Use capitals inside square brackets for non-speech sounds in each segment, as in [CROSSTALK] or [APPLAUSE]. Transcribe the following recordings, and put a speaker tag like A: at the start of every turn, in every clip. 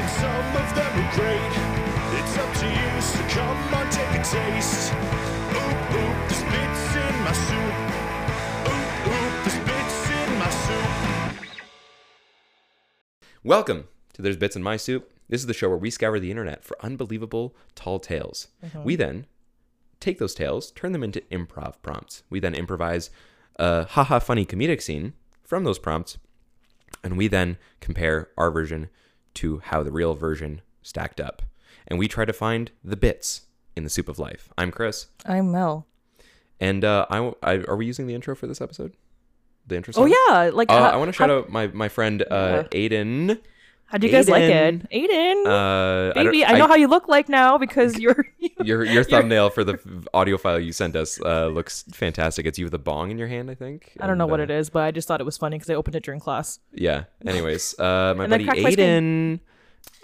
A: if they were great. It's up to you, so come on, take a taste. Oop, oop, there's bits in my soup. Oop, oop, there's bits in my soup.
B: Welcome to There's Bits in My Soup. This is the show where we scour the internet for unbelievable tall tales.
C: Mm-hmm.
B: We then take those tales, turn them into improv prompts. We then improvise a haha funny comedic scene from those prompts, and we then compare our version to how the real version stacked up. And we try to find the bits in the soup of life. I'm Chris,
C: I'm Mel.
B: and uh, I, w- I- are we using the intro for this episode? The intro.
C: Oh
B: song?
C: yeah, like
B: Uh,
C: how-
B: I want to shout out my my friend uh, Aiden.
C: How do you guys like
B: Aiden.
C: it, Aiden?
B: Uh,
C: Baby,
B: don't-
C: I, know how you look like now
B: [LAUGHS]
C: because [LAUGHS] you're.
B: your your thumbnail for the f- audio file you sent us uh, looks fantastic. It's you with a bong in your hand, I think.
C: I don't know
B: And,
C: what
B: uh,
C: it is, but I just thought it was funny because I opened it during class.
B: Yeah.
C: [LAUGHS]
B: Anyways, uh, my
C: And
B: buddy
C: then cracked my
B: Aiden.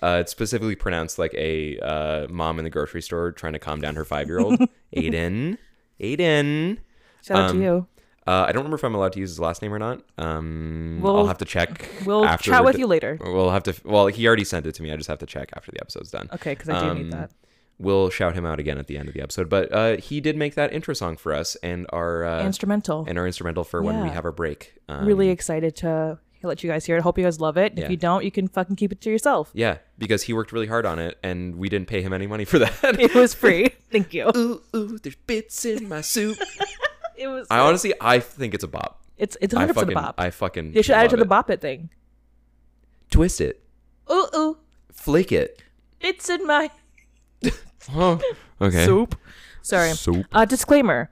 B: Uh, it's specifically pronounced like a uh, mom in the grocery store trying to calm down her five year
C: [LAUGHS]
B: old. Aiden. Aiden.
C: Shout out
B: Um,
C: to you.
B: Uh, I don't remember if I'm allowed to use his last name or not. Um, I'll
C: We'll-
B: have to check.
C: We'll
B: after
C: chat
B: we're
C: with
B: do-
C: you later.
B: We'll have to. Well, he already sent it to me. I just have to check after the episode's done.
C: Okay, because I do
B: Um,
C: need that.
B: We'll shout him out again at the end of the episode. But uh, he did make that intro song for us and our uh,
C: Instrumental.
B: and our instrumental for when we
C: Yeah.
B: have our break. Um,
C: really excited to let you guys hear it. Hope you guys love it.
B: Yeah.
C: If you don't, you can fucking keep it
B: [LAUGHS]
C: to yourself.
B: Yeah, because he worked really hard on it, and we didn't pay him any money for that.
C: It was free. Thank you.
B: [LAUGHS] ooh, ooh, there's bits in my soup.
C: It was.
B: I honestly, I think it's a bop.
C: it's it's
B: I
C: 100 percent
B: fucking,
C: a bop.
B: I fucking.
C: they should add it to the
B: love
C: bop it thing.
B: Twist it,
C: Ooh ooh,
B: flake it.
C: it's in my [LAUGHS]
B: Oh, okay.
C: soup. Sorry.
B: Soup.
C: Uh, disclaimer: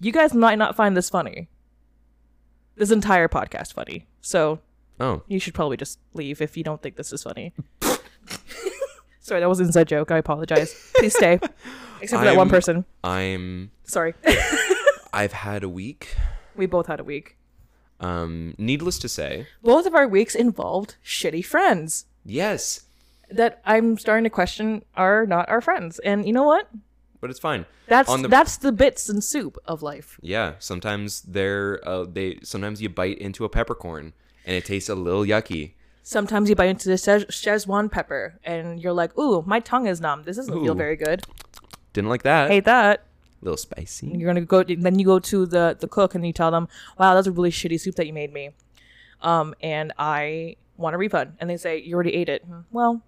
C: You guys might not find this funny. This entire podcast funny, so
B: Oh,
C: you should probably just leave if you don't think this
B: [LAUGHS]
C: is funny. Sorry, that was an inside joke. I apologize.
B: [LAUGHS]
C: Please stay, except for that one
B: I'm-
C: person.
B: I'm.
C: Sorry, [LAUGHS]
B: I've had a week.
C: we both had a week.
B: Um, needless to say,
C: Both of our weeks involved shitty friends
B: yes,
C: that I'm starting to question are not our friends. And you know what?
B: but it's fine.
C: That's
B: On the-
C: that's the bits and soup of life.
B: Yeah, sometimes they're uh, they sometimes you bite into a peppercorn and it tastes a little yucky.
C: Sometimes you bite into the Szech- Szechuan pepper, and you're like, "Ooh, my tongue is numb. This doesn't
B: Ooh.
C: feel very good."
B: Didn't like that.
C: hate that.
B: little spicy.
C: You're gonna go. Then you go to the the cook and you tell them, "Wow, that's a really shitty soup that you made me," um, and I want a refund. And they say, "You already ate it." Hmm, Well,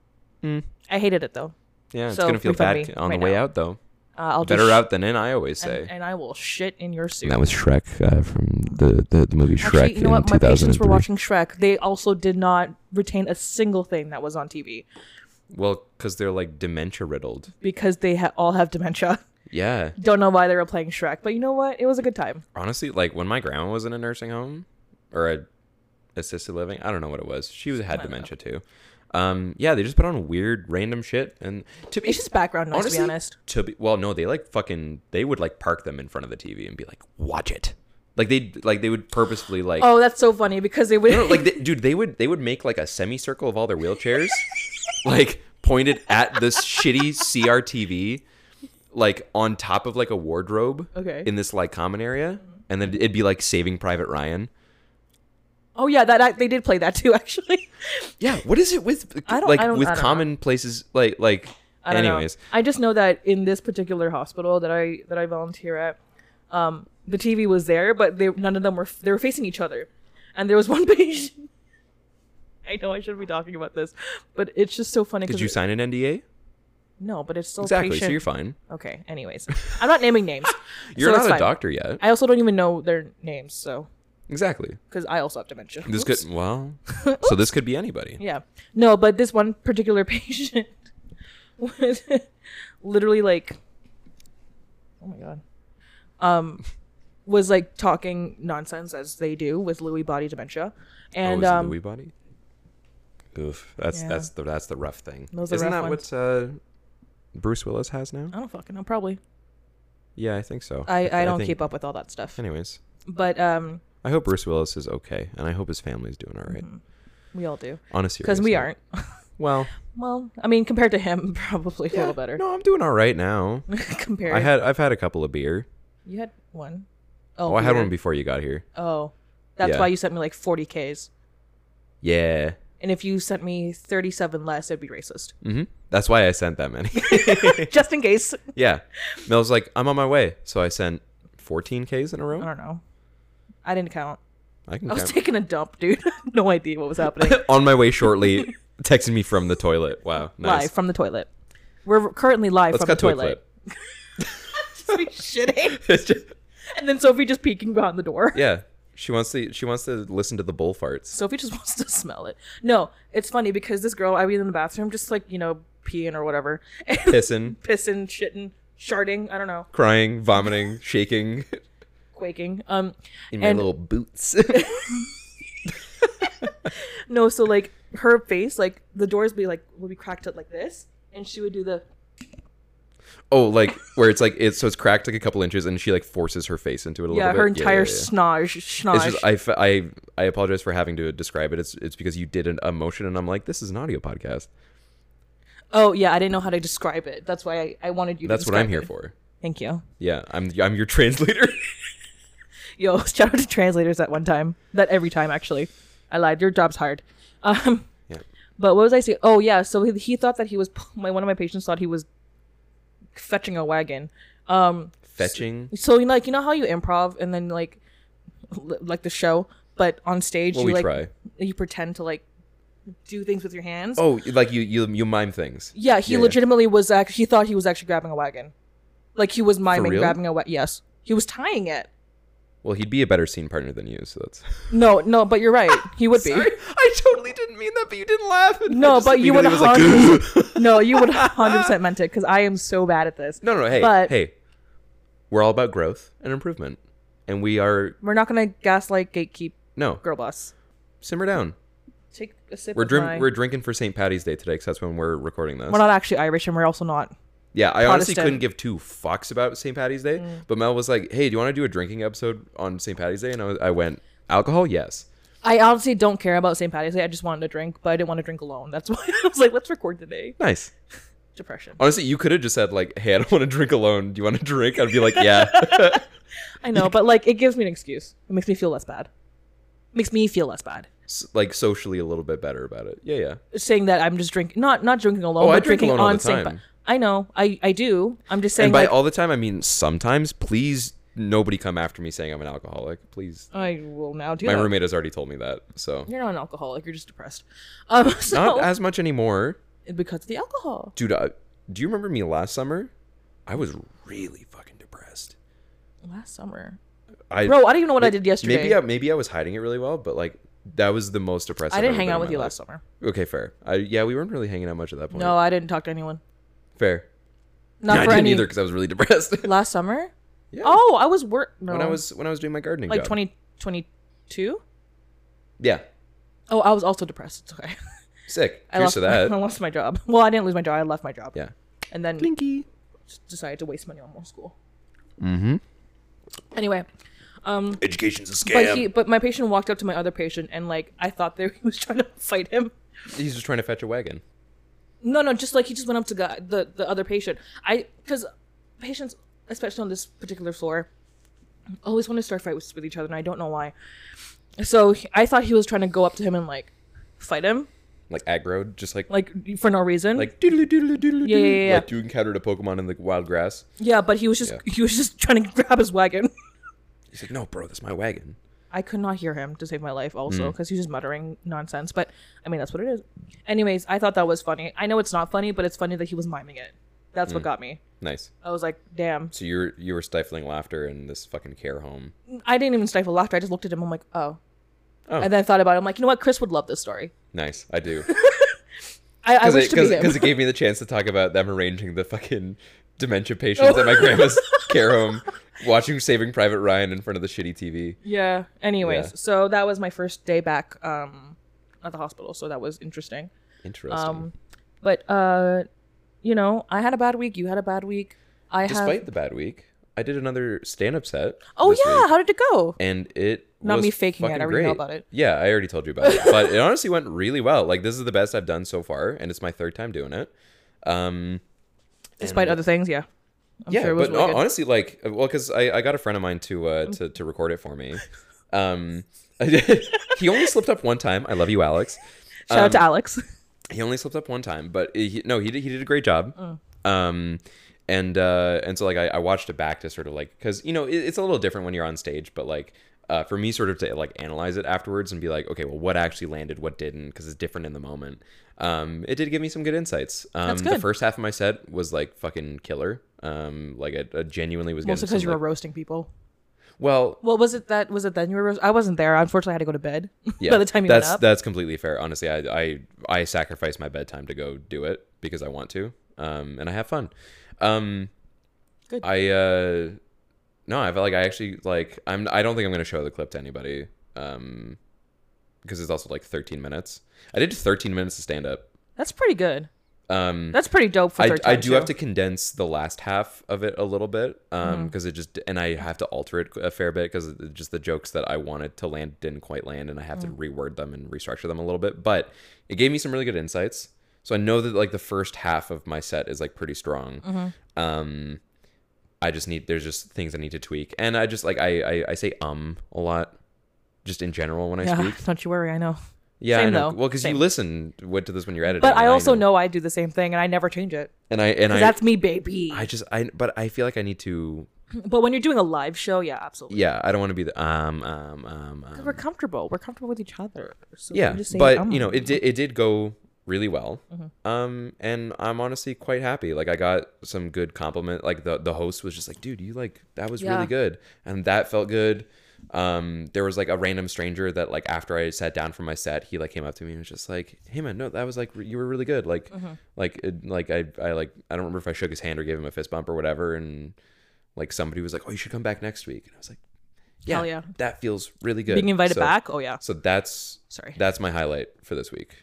C: I hated it though.
B: Yeah, it's
C: So
B: gonna feel
C: refund
B: bad
C: me
B: on
C: right
B: the way
C: now.
B: out though.
C: Uh, I'll
B: Better
C: just
B: out than in, I always say.
C: and, and I will shit in your soup.
B: was Shrek uh, from the, the, the movie Shrek
C: Actually, you know what? My patients were watching Shrek. They also did not retain a single thing that was on TV
B: Well, because they're like dementia riddled.
C: because they ha- all have dementia. [LAUGHS]
B: Yeah.
C: Don't know why they were playing Shrek, but you know what? It was a good time.
B: Honestly, like when my grandma was in a nursing home or a assisted living, I don't know what it was. She was had dementia too. Um, yeah, they just put on weird random shit and to be
C: It's just background noise, to be honest.
B: To be well, no, they like fucking they would like park them in front of the TV and be like, watch it. Like they like they would purposefully like
C: Oh, that's so funny because they would
B: No, like, they, dude, they would they would make like a semicircle of all their wheelchairs, [LAUGHS] like pointed at this shitty CRTV, like on top of like a wardrobe.
C: Okay.
B: In this like common area, and then it'd be like Saving Private Ryan.
C: [LAUGHS] Oh yeah, that, that they did play that too. [LAUGHS] Actually,
B: Yeah. What is it with
C: I don't-
B: like
C: I don't-
B: with
C: I don't know.
B: common places like like?
C: I don't know.
B: anyways,
C: I just know that in this particular hospital that I that I volunteer at, um, the TV was there, but they none of them were they were facing each other, and there was one [LAUGHS] patient. I know I shouldn't be talking about this, but it's just so funny.
B: did
C: 'cause
B: you
C: it-
B: sign an NDA?
C: No, but it's still
B: Exactly.
C: Patient.
B: So you're fine.
C: Okay. Anyways, I'm not naming names.
B: [LAUGHS] You're
C: so
B: not
C: it's
B: a
C: fine.
B: doctor yet.
C: I also don't even know their names, so
B: exactly.
C: because I also have dementia.
B: This
C: Oops.
B: could well.
C: [LAUGHS]
B: so this could be anybody.
C: Yeah. No, but this one particular [LAUGHS] patient was literally like Oh my god. Um was like talking nonsense as they do with Lewy body dementia.
B: Oh,
C: And
B: is
C: um
B: it Lewy body? Oof, that's
C: Yeah.
B: that's the that's the rough thing.
C: Those are
B: Isn't
C: rough
B: that
C: ones.
B: what uh, Bruce Willis has now?
C: I don't fucking know, probably.
B: Yeah, I think so.
C: I,
B: th-
C: I don't
B: think-
C: keep up with all that stuff.
B: Anyways,
C: But um
B: I hope Bruce Willis is okay, and I hope his family's doing all right.
C: we all do.
B: On a serious
C: Because Mm-hmm. we
B: note.
C: aren't.
B: Well,
C: well, I mean compared to him, [LAUGHS] probably a
B: yeah,
C: little better.
B: No, I'm doing all right now.
C: [LAUGHS] compared
B: I had I've had a couple of beer.
C: you had one.
B: Oh, I had
C: beer.
B: one before you got here.
C: Oh. That's
B: Yeah.
C: why you sent me like forty Ks.
B: Yeah,
C: And if you sent me 37 less, it'd be racist.
B: hmm That's why I sent that many. [LAUGHS]
C: Just in case.
B: yeah. Mel's like, I'm on my way. So I sent 14 Ks in a
C: I
B: row.
C: don't know. I didn't count.
B: I can
C: I was
B: count.
C: taking a dump, dude. [LAUGHS] no idea what was happening.
B: on my way shortly, texting me from the toilet. Wow. [LAUGHS] Nice.
C: Live from the toilet. We're currently live
B: Let's
C: from the
B: cut to a
C: toilet. [LAUGHS]
B: clip.
C: Just [LAUGHS] me shitting.
B: It's just-
C: And then Sophie just peeking behind the door.
B: yeah. She wants to she wants to listen to the bull farts.
C: [LAUGHS] Sophie just wants to smell it. No, it's funny because this girl, I was in the bathroom just like, you know, peeing or whatever. [LAUGHS] And
B: Pissing,
C: pissing, shitting, sharding, I don't know,
B: crying, vomiting, shaking
C: quaking. Um
B: in my
C: And-
B: little boots. [LAUGHS]
C: no, so like her face, like the doors be like would be cracked up like this, and she would do the
B: oh, like where it's like it's so it's cracked like a couple inches and she like forces her face into it a
C: yeah,
B: little bit.
C: her entire
B: yeah, yeah.
C: snodge,
B: It's
C: snodge.
B: just I, fe- I I apologize for having to describe it. It's it's because you did an emotion and I'm like this is an audio podcast.
C: oh yeah, I didn't know how to describe it. That's why I, I wanted you. to
B: That's what I'm
C: describe
B: here
C: it.
B: for.
C: Thank you.
B: Yeah, I'm I'm your [LAUGHS]
C: [LAUGHS]
B: translator.
C: Yo, [LAUGHS] shout out to translators that one time. That every time, actually. I lied. Your job's hard. [LAUGHS] Um,
B: Yeah.
C: But what was I saying? Oh, yeah. So he, he thought that he was, [LAUGHS] my one of my patients thought he was fetching a wagon. Um,
B: Fetching.
C: so, you know, like, you know how you improv and then, like, l- like the show, but on stage,
B: Well,
C: you,
B: we
C: like,
B: try.
C: you pretend to, like, do things with your hands.
B: Oh, like you you you mime things.
C: Yeah, he
B: yeah.
C: legitimately was actually, he thought he was actually grabbing a wagon. Like, he was miming
B: real?
C: grabbing a wagon. Yes. He was tying it.
B: Well, he'd be a better scene partner than you, so that's.
C: No, no, but you're right.
B: [LAUGHS]
C: He would [LAUGHS] be.
B: I totally didn't mean that, but you didn't laugh.
C: No, I just but you would immediately No, you would 100% meant it because I am so bad at this.
B: [LAUGHS] no, no, hey,
C: But-
B: hey, we're all about growth and improvement, and we are
C: We're not going to gaslight, gatekeep,
B: no
C: girl boss.
B: simmer down.
C: Take a sip
B: We're
C: of
B: drink
C: my-
B: we're drinking for St. Patty's Day today, because that's when we're recording this.
C: We're not actually Irish and we're also not.
B: yeah, I honestly
C: Protestant. Mm.
B: couldn't give two fucks about St. Patty's Day, but Mel was like, "Hey, do you want to do a drinking episode on St. Patty's Day?" And I, was, I went, "Alcohol, yes."
C: I honestly don't care about St. Patty's Day. I just wanted to drink, but I didn't want to drink alone. That's [LAUGHS] why I was like, let's record today.
B: Nice.
C: Depression.
B: Honestly, you could have just said like, "Hey, I don't want to drink alone. Do you want to [LAUGHS] drink?" I'd be like, "Yeah."
C: I know, but like, it gives me an excuse. It makes me feel less bad. Makes me feel less bad.
B: S- like socially a little bit better about it. Yeah, yeah.
C: Saying that I'm just drinking, not not drinking alone,
B: Oh,
C: but
B: I drink
C: drinking
B: alone all
C: on
B: the
C: St.
B: time.
C: Pa- I know, I I do. I'm just saying.
B: and by
C: like,
B: all the time, I mean sometimes. Please, nobody come after me saying I'm an alcoholic. Please.
C: I will now do.
B: My
C: that.
B: roommate has already told me that, so
C: You're not an alcoholic. You're just depressed. Um, [LAUGHS] so
B: not as much anymore,
C: because of the alcohol.
B: dude. I, do you remember me last summer? I was really fucking depressed.
C: Last summer,
B: I
C: bro, I don't even know what I did yesterday.
B: Maybe I, maybe I was hiding it really well, but like that was the most depressed.
C: I
B: I've
C: didn't
B: ever
C: hang
B: been
C: out
B: in
C: with
B: my
C: you
B: life.
C: last summer.
B: Okay, fair. I, yeah, we weren't really hanging out much at that point.
C: No, I didn't talk to anyone.
B: fair.
C: Not
B: I
C: for
B: didn't
C: any.
B: either because I was really [LAUGHS] depressed.
C: Last summer?
B: yeah.
C: Oh, I was work. No,
B: when I was when I was doing my gardening,
C: like
B: job.
C: twenty twenty two.
B: Yeah,
C: Oh, I was also depressed. It's okay. [LAUGHS]
B: sick.
C: I
B: Cheers
C: lost.
B: to
C: My, [LAUGHS] I
B: that.
C: lost my job. Well, I didn't lose my job. I left my job.
B: Yeah.
C: And then
B: Blinky.
C: just decided to waste money on more school. Mm-hmm. Anyway,
A: Education's a scam.
C: but he, but my patient walked up to my other patient and like I thought that [LAUGHS] he was trying to fight him.
B: He's just trying to fetch a wagon.
C: No, no, just like he just went up to guy, the the other patient. I because patients, especially on this particular floor, always want to start fights with each other, and I don't know why. So he- I thought he was trying to go up to him and like fight him,
B: like aggro, just like like,
C: like for no reason.
B: doodly doodly doodly.
C: Yeah, yeah, yeah,
B: Like you encountered a Pokemon in the wild grass.
C: yeah, but he was just he was just trying to [LAUGHS] grab his wagon.
B: He's like, no, bro, that's my wagon.
C: I could not hear him to save my life, also
B: Hmm.
C: because he was just muttering nonsense. But I mean, that's what it is. Anyways, I thought that was funny. I know it's not funny, but it's funny that he was miming it. That's
B: Hmm.
C: what got me.
B: Nice.
C: I was like, damn.
B: So you're you were stifling laughter in this fucking care home.
C: I didn't even stifle laughter. I just looked at him. I'm like, oh.
B: Oh.
C: And then I thought about it. I'm like, you know what? Chris would love this story.
B: Nice, I do.
C: [LAUGHS] I, I
B: Because
C: wish
B: it,
C: to be him.
B: because it gave me the chance to talk about them arranging the fucking dementia patients at my
C: [LAUGHS]
B: grandma's care home, watching Saving Private Ryan in front of the shitty TV.
C: yeah. Anyways,
B: Yeah.
C: so that was my first day back um, at the hospital. So that was interesting.
B: Interesting.
C: Um, but, uh, you know, I had a bad week. You had a bad week. I
B: Despite
C: have.
B: the bad week, I did another stand-up set.
C: Oh,
B: this
C: yeah.
B: week.
C: How did it go?
B: and it
C: Not
B: was
C: me faking it,
B: fucking
C: I already know
B: great.
C: about it.
B: Yeah, I already told you about it, but it honestly went really well. Like this is the best I've done so far, and it's my third time doing it. Um,
C: Despite other things, yeah. I'm
B: yeah,
C: sure it was
B: but uh,
C: really
B: hon-
C: good.
B: honestly, like, well, because I, I got a friend of mine to uh to, to [LAUGHS] record it for me. Um, he only slipped up one time. I love you, Alex.
C: Shout out to Alex.
B: he only slipped up one time, but he, no, he did, he did a great job.
C: Mm.
B: Um, and uh, and so like I, I watched it back to sort of like because you know it, it's a little different when you're on stage, but like uh, for me sort of to like analyze it afterwards and be like, okay, well, what actually landed, what didn't, because it's different in the moment. Um, it did give me some good insights. Um,
C: That's
B: The
C: good.
B: first half of my set was like fucking killer. Um, like I, I genuinely was
C: [LAUGHS] Mostly
B: getting
C: because
B: some,
C: you were
B: like-
C: roasting people.
B: well,
C: What was it that was it then you were roast? I wasn't there. Unfortunately, I had to go to bed [LAUGHS]
B: yeah,
C: by the time you
B: that's
C: went up.
B: that's completely fair. Honestly, I I I sacrifice my bedtime to go do it because I want to, um, and I have fun. Um,
C: Good.
B: I uh, no, I felt like I actually like I'm. I don't think I'm gonna show the clip to anybody, um, because it's also like 13 minutes. I did 13 minutes of stand up.
C: That's pretty good.
B: Um,
C: That's pretty dope for
B: I,
C: 13
B: I do have
C: show.
B: to condense the last half of it a little bit um
C: Mm-hmm.
B: because it just and i have to alter it a fair bit because just the jokes that i wanted to land didn't quite land and i have to
C: Mm.
B: reword them and restructure them a little bit but it gave me some really good insights so i know that like the first half of my set is like pretty strong
C: Mm-hmm.
B: um i just need there's just things i need to tweak and i just like i i, I say um a lot just in general when i
C: [LAUGHS] Yeah,
B: speak
C: don't you worry. I know.
B: yeah I
C: Same,
B: know.
C: though.
B: well because you
C: Same.
B: listen what to this when you're editing
C: But I
B: and
C: also know. I do the same thing, and I never change it.
B: and i and
C: 'Cause
B: i
C: that's me, baby.
B: I just I but I feel like I need to
C: [LAUGHS] but when you're doing a live show, yeah, absolutely.
B: yeah, I don't want to be the um um um, um.
C: We're comfortable. We're comfortable with each other. So we
B: yeah.
C: just say,
B: But
C: um.
B: you know, it did it did go really well.
C: Mm-hmm.
B: Um and I'm honestly quite happy. Like I got some good compliment. Like the the host was just like, "Dude, you like that was
C: Yeah.
B: really good." And that felt good. Um there was like a random stranger that like after I sat down for my set, he like came up to me and was just like, "Hey man, no, that was like re- you were really good." Like
C: Mm-hmm.
B: like it, like I I like I don't remember if I shook his hand or gave him a fist bump or whatever and like somebody was like, "Oh, you should come back next week." And I was like, "Yeah,
C: Hell yeah.
B: that feels really good."
C: being invited
B: So-
C: back. Oh yeah.
B: So that's
C: Sorry.
B: that's my highlight for this week,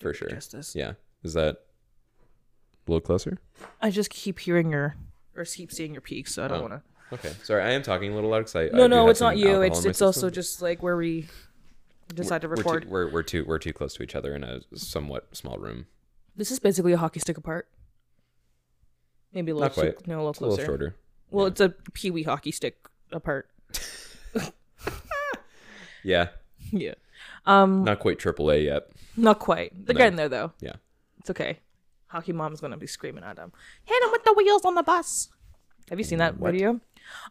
B: for sure.
C: Justice.
B: Yeah, is that a little closer?
C: I just keep hearing your or keep seeing your peaks,
B: Oh.
C: so I don't want to.
B: Okay, sorry, I am talking a little loud because I I
C: No,
B: do
C: no,
B: have
C: it's
B: some
C: not you.
B: alcohol
C: It's
B: in my
C: it's also
B: system.
C: just like where we decide to
B: We're too-
C: record.
B: We're, we're too we're too close to each other in a somewhat small room.
C: This is basically a hockey stick apart. Maybe a little
B: Not quite.
C: too- no, a little
B: It's a little
C: closer.
B: shorter.
C: well, it's a peewee hockey stick apart.
B: Yeah,
C: yeah. Um,
B: not quite AAA yet.
C: not quite. They're getting there though.
B: Yeah.
C: It's okay. Hockey mom's gonna be screaming at him. Hit him with the wheels on the bus. Have you seen that video?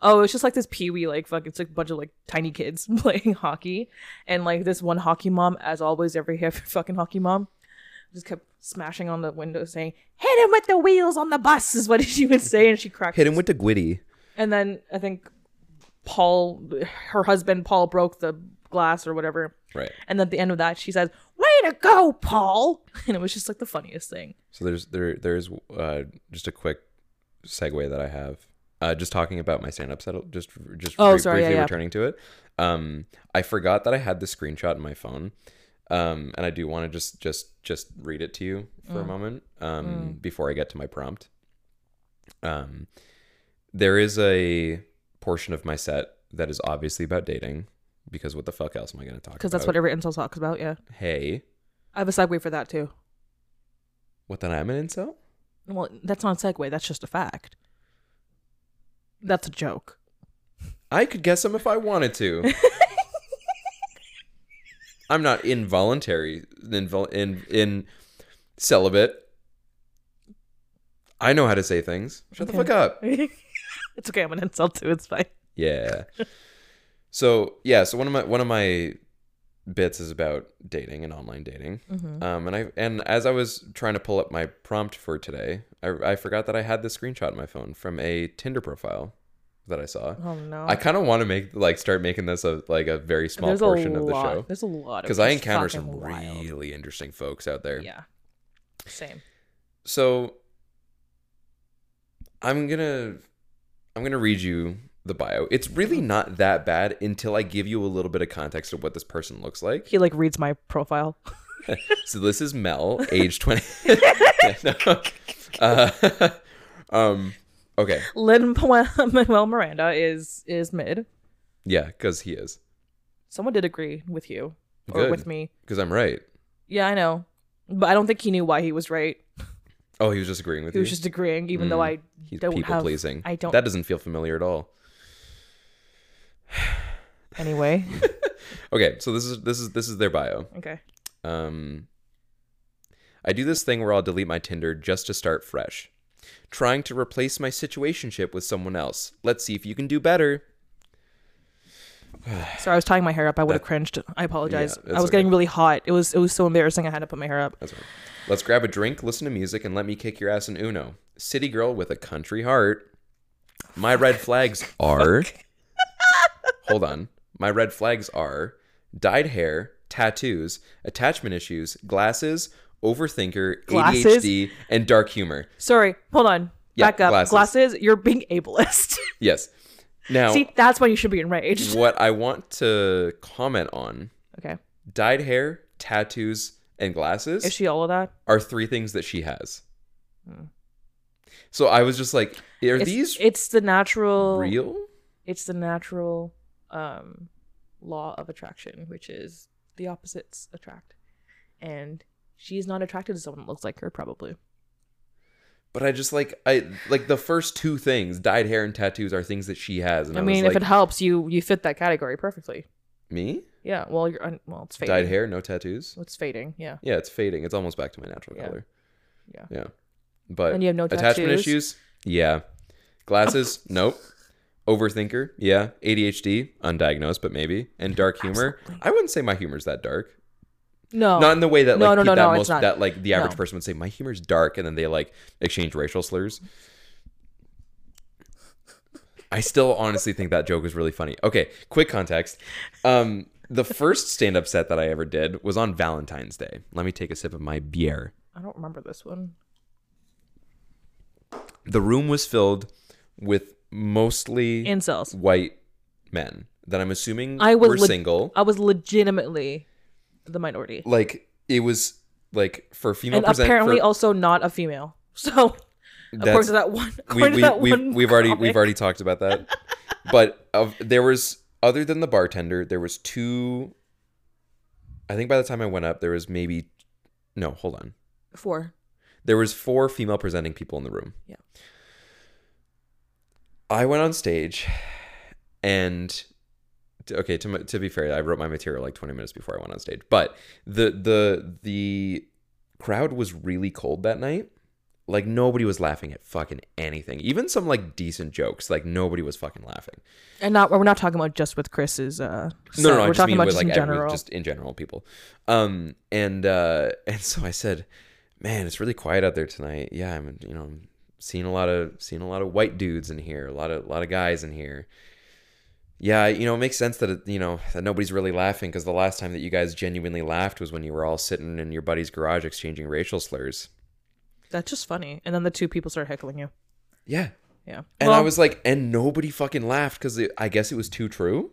C: Oh, it's just like this peewee, like fuck. It's like a bunch of like tiny kids [LAUGHS] playing hockey, and like this one hockey mom, as always, every [LAUGHS] fucking hockey mom, just kept smashing on the window, saying, "Hit him with the wheels on the bus," is what [LAUGHS] she would say, and she cracked.
B: Hit him with the gwitty.
C: And then I think Paul, her husband Paul, broke the glass or whatever.
B: Right.
C: And at the end of that, she says, "Way to go, Paul!" [LAUGHS] And it was just like the funniest thing.
B: So there's there there's uh, just a quick segue that I have. Uh, just talking about my stand-up set, just just
C: Oh,
B: bri-
C: sorry, yeah,
B: briefly
C: yeah.
B: returning to it. Um, I forgot that I had the screenshot in my phone, um, and I do want to just just just read it to you for
C: Mm.
B: a moment um, before I get to my prompt. Um, there is a portion of my set that is obviously about dating because what the fuck else am I going to talk about?
C: Because that's what every insult talks about, yeah.
B: Hey,
C: I have a segue for that too.
B: what then? I'm an incel.
C: Well, that's not a segue, that's just a fact. That's a joke. [LAUGHS]
B: I could guess them if I wanted to. I'm not involuntary, invol- in in celibate. I know how to say things. Shut the
C: Okay.
B: fuck up.
C: it's okay, I'm an insult too, it's fine.
B: Yeah. So yeah, so one of my one of my bits is about dating and online dating. Um, and I and as I was trying to pull up my prompt for today, I, I forgot that I had this screenshot on my phone from a Tinder profile that I saw.
C: Oh no.
B: I kind of want to make like start making this a like a very small
C: There's
B: portion
C: a
B: of the
C: lot,
B: show
C: There's a lot of
B: because I
C: it's
B: encounter
C: fucking
B: some
C: wild.
B: really interesting folks out there.
C: Yeah. Same.
B: So I'm gonna I'm gonna read you the bio. It's really not that bad until I give you a little bit of context of what this person looks like. [LAUGHS]
C: He like reads my profile.
B: so this is Mel, age twenty. [LAUGHS] Yeah, no. Uh, [LAUGHS] um, okay,
C: [LAUGHS] Lin Manuel Miranda is is mid.
B: yeah, because he is
C: Someone did agree with you or
B: Good.
C: with me.
B: because I'm right.
C: Yeah, I know. But I don't think he knew why he was right.
B: Oh, he was just agreeing with
C: He
B: you.
C: was just agreeing, even though I
B: He's
C: don't
B: people
C: have.
B: pleasing.
C: I don't.
B: That doesn't feel familiar at all.
C: anyway.
B: Okay, so this is this is this is their bio.
C: okay.
B: Um, I do this thing where I'll delete my Tinder just to start fresh. Trying to replace my situationship with someone else. Let's see if you can do better.
C: Sorry, I was tying my hair up. I would have cringed. I apologize.
B: Yeah, that's
C: I was
B: okay.
C: getting really hot. It was it was so embarrassing. I had to put my hair up.
B: That's right. Let's grab a drink, listen to music, and let me kick your ass in Uno. City girl with a country heart. My red flags are. [LAUGHS] hold on. My red flags are dyed hair, tattoos, attachment issues, glasses, overthinker,
C: Glasses?
B: ADHD, and dark humor.
C: Sorry, hold on.
B: Yeah,
C: Back up.
B: glasses.
C: Glasses. You're being ableist. [LAUGHS]
B: Yes. Now,
C: See, that's why you should be enraged.
B: what I want to comment on
C: Okay.
B: dyed hair, tattoos, and glasses.
C: Is she all of that?
B: are three things that she has. So I was just like, are
C: It's-
B: these
C: It's the natural.
B: real?
C: It's the natural um, law of attraction, which is the opposites attract, and she's not attracted to someone that looks like her. Probably.
B: But I just like I like the first two things, dyed hair and tattoos, are things that she has. And I,
C: I mean,
B: was
C: if
B: like,
C: it helps, you you fit that category perfectly.
B: me,
C: Yeah. Well, you're un- well. It's fading.
B: dyed hair, no tattoos.
C: It's fading. Yeah.
B: Yeah, it's fading. It's almost back to my natural
C: Yeah.
B: color.
C: Yeah.
B: yeah. But
C: And you have no
B: attachment
C: tattoos?
B: issues. Yeah,
C: [LAUGHS]
B: glasses. nope. Overthinker. Yeah. ADHD, undiagnosed, but maybe. And dark humor. I wouldn't say my humor's that dark.
C: No.
B: not in the way that
C: Oh. No,
B: like
C: no,
B: people
C: no,
B: that
C: no, it's
B: most
C: not.
B: that like the average
C: No.
B: person would say my humor's dark and then they like exchange racial slurs i still honestly think that joke was really funny okay quick context um the first stand-up set that i ever did was on valentine's day let me take a sip of my beer
C: I don't remember this one.
B: the room was filled with mostly
C: Incels.
B: white men that i'm assuming
C: I was
B: were
C: leg-
B: single
C: I was legitimately the minority,
B: like it was like for female
C: and
B: present-
C: apparently
B: for-
C: also not a female. [LAUGHS] So, according
B: That's-
C: to that one,
B: we,
C: according to
B: we,
C: that
B: we've,
C: one
B: we've already we've
C: comic.
B: already talked about
C: [LAUGHS]
B: that but of, there was other than the bartender there was two i think by the time i went up there was maybe no hold on
C: four.
B: there was four female presenting people in the room
C: Yeah.
B: i went on stage and t- okay to, my- to be fair i wrote my material like 20 minutes before i went on stage but the the the crowd was really cold that night like nobody was laughing at fucking anything even some like decent jokes like nobody was fucking laughing
C: And not we're not talking about just with Chris's. Uh,
B: no, no,
C: set.
B: no, I
C: we're
B: just
C: talking
B: mean
C: about
B: with
C: just
B: like
C: in
B: every-
C: general.
B: just in general people. Um, and uh, [LAUGHS] and so I said, man, it's really quiet out there tonight. Yeah, I'm you know I'm seeing a lot of seeing a lot of white dudes in here, a lot of a lot of guys in here. Yeah, you know, it makes sense that it, you know that nobody's really laughing because the last time that you guys genuinely laughed was when you were all sitting in your buddy's garage exchanging racial slurs.
C: That's just funny. And then the two people start heckling you.
B: Yeah,
C: Yeah.
B: and I
C: Well,
B: was like, and nobody fucking laughed because I guess it was too true.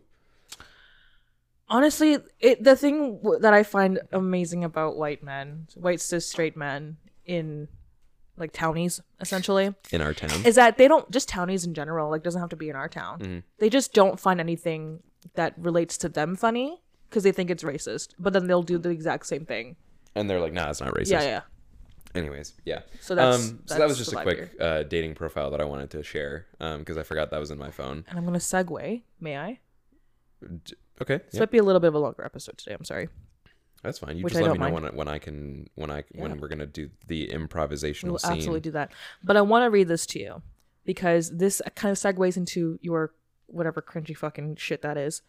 C: honestly it the thing w- that i find amazing about white men white cis straight men in like townies essentially
B: In our town,
C: is that they don't just townies in general like doesn't have to be in our town
B: Mm-hmm.
C: they just don't find anything that relates to them funny because they think it's racist but then they'll do the exact same thing
B: and they're like, nah, it's not racist.
C: yeah yeah
B: anyways yeah Um,
C: So that's-
B: so that was
C: that's
B: just
C: the
B: a
C: vibe
B: quick uh, dating profile that i wanted to share because i forgot that was in my phone
C: and i'm gonna segue may i
B: okay
C: this
B: yeah,
C: might be a little bit of a longer episode today i'm sorry
B: that's fine you
C: which
B: just
C: I
B: let me
C: don't
B: know when I, when I can when i when we're gonna do the improvisational
C: we'll
B: scene
C: absolutely do that but i want to read this to you because this kind of segues into your whatever cringy fucking shit that is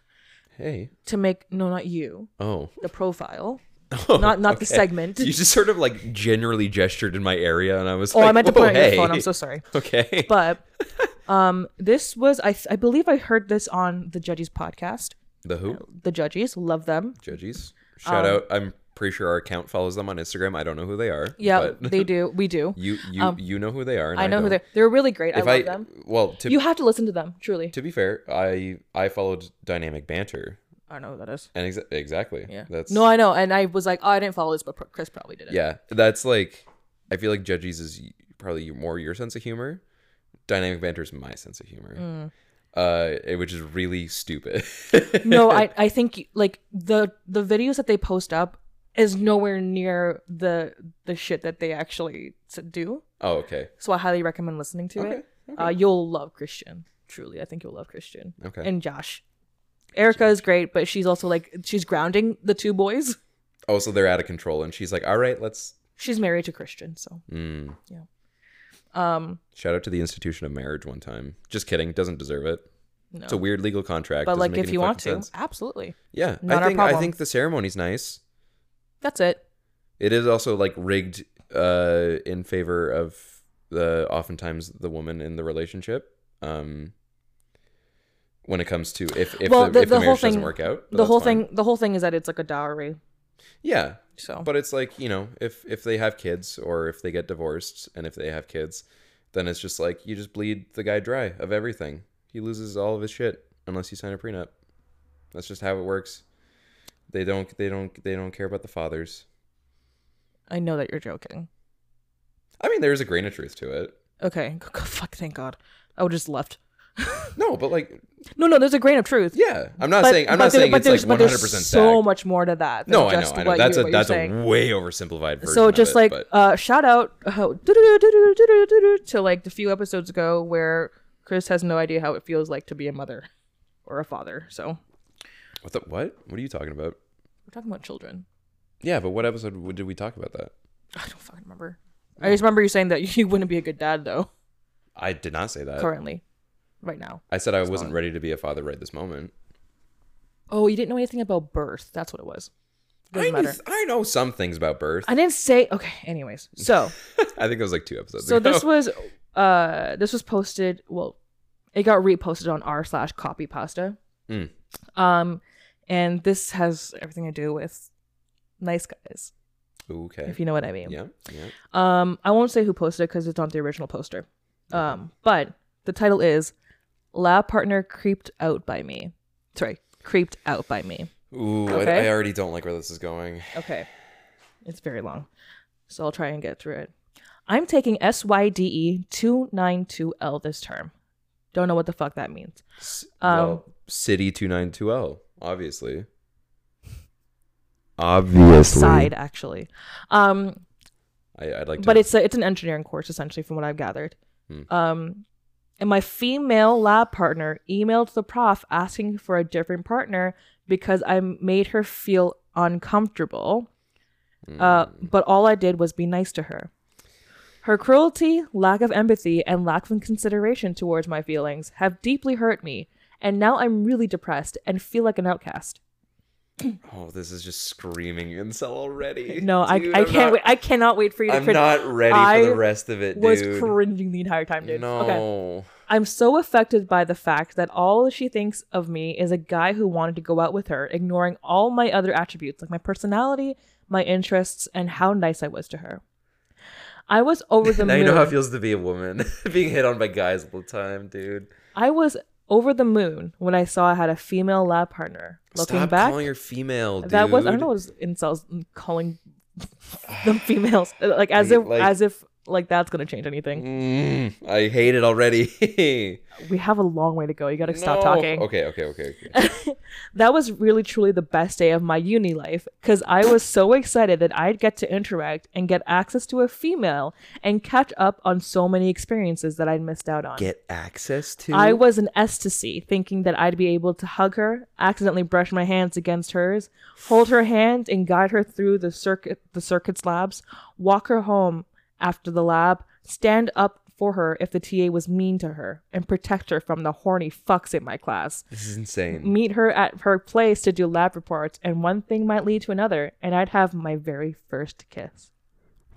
B: hey
C: to make no not you
B: oh
C: [LAUGHS] the profile
B: [LAUGHS]
C: not not the segment
B: you just sort of like generally gestured in my area and i was
C: oh
B: like
C: i meant to
B: "Whoa,
C: put it on
B: hey.
C: your phone i'm so sorry
B: [LAUGHS] okay
C: [LAUGHS] but um this was i i believe i heard this on the judges podcast
B: the who
C: the judges love them
B: judges shout
C: Um,
B: out i'm pretty sure our account follows them on instagram i don't know who they are
C: yeah
B: but [LAUGHS]
C: they do we do
B: you you you know who they are and
C: i know who
B: don't.
C: they're they're really great
B: if
C: i
B: i,
C: love them
B: well to
C: you have to listen to them truly
B: to be fair, I I followed dynamic banter,
C: i don't know who that is
B: and exa- exactly,
C: yeah
B: that's
C: no i know and i was like oh i didn't follow this but Pro- chris probably did it
B: yeah, that's like I feel like judges is y- probably more your sense of humor. Dynamic banter is my sense of humor,
C: Mm.
B: uh, it- which is really stupid.
C: [LAUGHS] no
B: [LAUGHS]
C: i i think like the the videos that they post up is nowhere near the the shit that they actually s- do
B: oh, okay,
C: so I highly recommend listening to
B: Okay,
C: it. Uh, you'll love Christian. Truly, I think you'll love Christian.
B: Okay.
C: And Josh. Erica is great, but she's also like she's grounding the two boys.
B: oh, so they're out of control, and she's like, "All right, let's
C: She's married to Christian, so
B: Mm.
C: yeah. Um,
B: Shout out to the institution of marriage one time. Just kidding. Doesn't deserve it.
C: no.
B: It's a weird legal contract.
C: but
B: doesn't
C: like,
B: make
C: if
B: any
C: you want to,
B: fucking sense.
C: absolutely.
B: yeah.
C: not
B: I
C: our
B: think I
C: problem.
B: think the ceremony's nice.
C: That's it.
B: It is also like rigged uh, in favor of the oftentimes the woman in the relationship. Um, when it comes to if if
C: Well,
B: the,
C: the-
B: if the,
C: the whole
B: marriage doesn't
C: thing-
B: work out, but
C: the
B: that's
C: whole
B: fine.
C: thing. The whole thing is that it's like a dowry.
B: yeah.
C: So
B: But it's like you know if if they have kids or if they get divorced and if they have kids, then it's just like you just bleed the guy dry of everything. He loses all of his shit unless you sign a prenup. That's just how it works. They don't they don't they don't care about the fathers.
C: I know that you're joking.
B: I mean, there is a grain of truth to it.
C: Okay, [LAUGHS] fuck. Thank God. I would just left.
B: No, but like
C: No, no. There's a grain of truth.
B: Yeah, I'm not saying I'm not
C: there-
B: saying it's like
C: there's-
B: 100
C: there's
B: percent
C: so much more to that. Than
B: No, I know,
C: just
B: I know.
C: What
B: That's
C: you,
B: a
C: what
B: that's
C: you're saying.
B: a way oversimplified version.
C: so
B: of
C: just
B: it,
C: like
B: but-
C: uh, shout out how, to like the few episodes ago where Chris has no idea how it feels like to be a mother or a father. So we're
B: what? The, what? What are you talking about?
C: talking about children. [LAUGHS]
B: Yeah, but what episode w- did we talk about that?
C: I don't fucking remember. I just remember you saying that [LAUGHS] you wouldn't be a good dad though.
B: I did not say that.
C: Currently, right now.
B: I said I wasn't ready to be a father right this moment.
C: Oh, you didn't know anything about birth. That's what it was.
B: I,
C: Doesn't matter.
B: knew- I know some things about birth.
C: I didn't say. Okay. Anyways, so.
B: [LAUGHS] I think it was like two episodes.
C: So
B: ago.
C: this was uh this was posted well it got reposted on r slash copy pasta.
B: Mm.
C: Um and this has everything to do with nice guys,
B: [LAUGHS] okay.
C: if you know what I mean.
B: Yeah, yeah.
C: Um I won't say who posted it because it's on the original poster. Um but the title is Lab Partner Creeped Out by Me. Sorry, creeped out by me.
B: Ooh, I,
C: Okay.
B: I already don't like where this is going.
C: Okay. It's very long. So I'll try and get through it. I'm taking SYDE 292L this term. Don't know what the fuck that means.
B: S-
C: Um,
B: well, City two nine two L, obviously. Obviously,
C: Side actually. Um
B: I, I'd like to.
C: but it's a, it's an engineering course essentially from what I've gathered.
B: Hmm.
C: Um and my female lab partner emailed the prof asking for a different partner because I made her feel uncomfortable. Uh,
B: Hmm.
C: but all I did was be nice to her. Her cruelty, lack of empathy, and lack of consideration towards my feelings have deeply hurt me, and now I'm really depressed and feel like an outcast.
B: Oh, this is just screaming incel already. [LAUGHS]
C: [LAUGHS] No, I,
B: Dude,
C: I
B: I'm
C: can't
B: not-
C: wait. I cannot wait for you to
B: I'm
C: print-
B: not ready for
C: I
B: the rest of it,
C: was
B: dude.
C: cringing the entire time, dude.
B: no.
C: Okay. I'm so affected by the fact that all she thinks of me is a guy who wanted to go out with her, ignoring all my other attributes like my personality, my interests, and how nice I was to her. I was
B: [LAUGHS]
C: over the
B: now
C: moon.
B: you know how it feels to be a woman, [LAUGHS] being hit on by guys all the time, dude.
C: I was over the moon when I saw I had a female lab partner. Looking
B: Stop
C: back,
B: calling her female, dude.
C: that was I don't know what is incels calling [LAUGHS] them females Uh, like as
B: I-
C: if
B: like-
C: as if like that's gonna change anything.
B: Mm, I hate it already. [LAUGHS]
C: We have a long way to go. You gotta stop
B: Mm. No.
C: talking.
B: Okay, okay, okay.
C: [LAUGHS]
B: okay.
C: that was really truly the best day of my uni life because I was so excited that I'd get to interact and get access to a female and catch up on so many experiences that I'd missed out on.
B: Get access to.
C: I was in ecstasy, thinking that I'd be able to hug her, accidentally brush my hands against hers, hold her hand and guide her through the circuit the circuit's labs, walk her home after the lab, stand up for her if the TA was mean to her, and protect her from the horny fucks in my class
B: This is insane.
C: meet her at her place to do lab reports, and one thing might lead to another, and I'd have my very first kiss.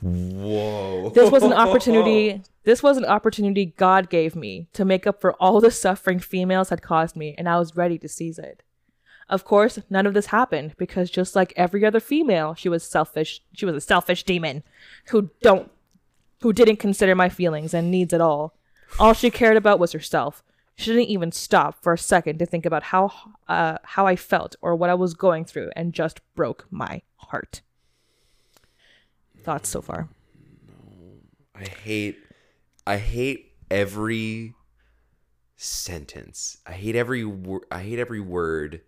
B: Whoa.
C: This was an opportunity. This was an opportunity God gave me to make up for all the suffering females had caused me, and I was ready to seize it. Of course, none of this happened because just like every other female, she was selfish. She was a selfish demon who don't who didn't consider my feelings and needs at all. All she cared about was herself. She didn't even stop for a second to think about how uh, how I felt or what I was going through, and just broke my heart. Thoughts so far?
B: I hate I hate every sentence. I hate every wor- I hate every word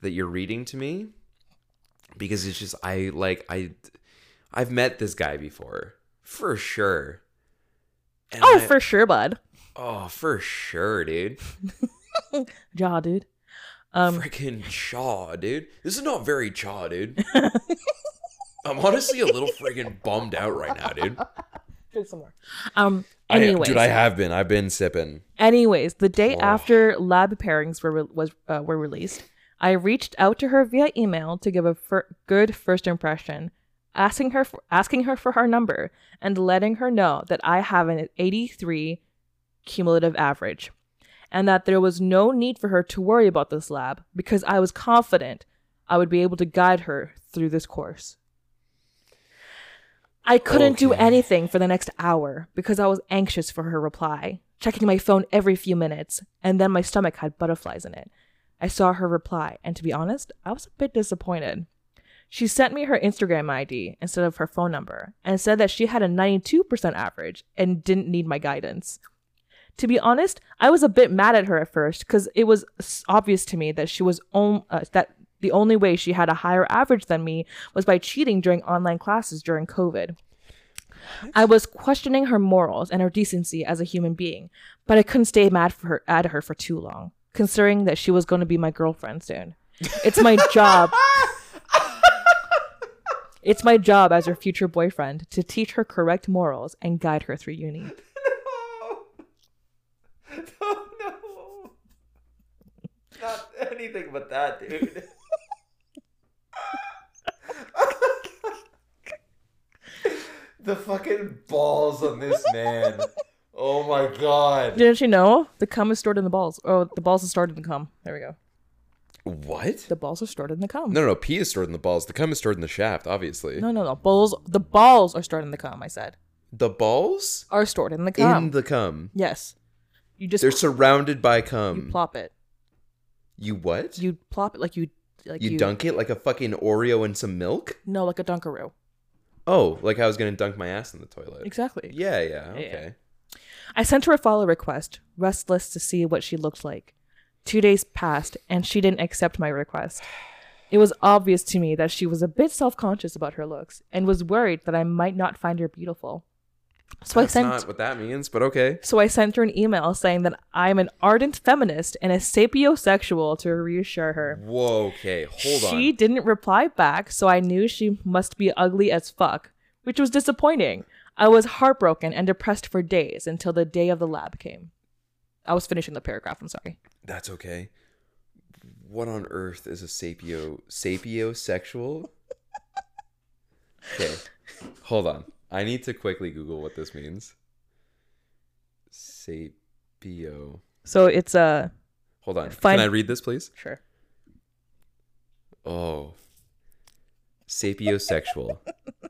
B: that you're reading to me because it's just I like I I've met this guy before for sure. And
C: Oh,
B: I-
C: for sure, bud.
B: oh for sure, dude.
C: Jaw, dude. Um, [LAUGHS]
B: Freaking chaw, dude. This is not very chaw, dude. I'm honestly a little friggin' bummed out right now, dude.
C: Drink some more. Um.
B: I-
C: Anyways,
B: dude, I have been. I've been sipping.
C: anyways, the day
B: Oh.
C: after lab pairings were re- was uh, were released, I reached out to her via email to give a fir- good first impression, asking her for, asking her for her number and letting her know that I have an 83 cumulative average, and that there was no need for her to worry about this lab because I was confident I would be able to guide her through this course. I couldn't do
B: Okay.
C: anything for the next hour because I was anxious for her reply, checking my phone every few minutes, and then my stomach had butterflies in it. I saw her reply, and to be honest, I was a bit disappointed. She sent me her Instagram ID instead of her phone number and said that she had a 92% average and didn't need my guidance. To be honest, I was a bit mad at her at first because it was s- obvious to me that she was on, uh, that the only way she had a higher average than me was by cheating during online classes during COVID. I was questioning her morals and her decency as a human being, but I couldn't stay mad for her, at her for too long, considering that she was going to be my girlfriend soon. It's my job. It's my job as her future boyfriend to teach her correct morals and guide her through uni.
B: [LAUGHS] Oh no. Not anything but that, dude. [LAUGHS] the fucking balls on this man. Oh my god.
C: Didn't you know the cum is stored in the balls? Oh, the balls are stored in the cum. There we go.
B: What?
C: The balls are stored in the cum.
B: No, no, no. Pee is stored in the balls. The cum is stored in the shaft, obviously.
C: no, no, no. Balls. The balls are stored in the cum. I said
B: The balls?
C: are stored in the cum.
B: In the cum.
C: yes. You just
B: They're surrounded by
C: you
B: cum.
C: plop it.
B: You what?
C: You plop it like you like you,
B: you dunk it like a fucking Oreo in some milk?
C: No, like a Dunkaroo.
B: Oh, like I was gonna dunk my ass in the toilet.
C: Exactly.
B: Uh, Yeah, yeah,
C: Yeah.
B: okay.
C: I sent her a follow request, restless to see what she looked like. Two days passed, and she didn't accept my request. It was obvious to me that she was a bit self conscious about her looks and was worried that I might not find her beautiful. So I
B: That's
C: sent
B: not what that means, but okay.
C: so I sent her an email saying that I'm an ardent feminist and a sapiosexual to reassure her.
B: Whoa, okay, hold
C: she
B: on.
C: didn't reply back, so I knew she must be ugly as fuck, which was disappointing. I was heartbroken and depressed for days until the day of the lab came. I was finishing the paragraph, I'm sorry.
B: That's okay. What on earth is a sapio sapiosexual? okay. Hold on. I need to quickly Google what this means. Sapio.
C: So it's uh, a.
B: Hold on.
C: Find-
B: Can I read this please?
C: Uh, sure.
B: Oh. Sapiosexual.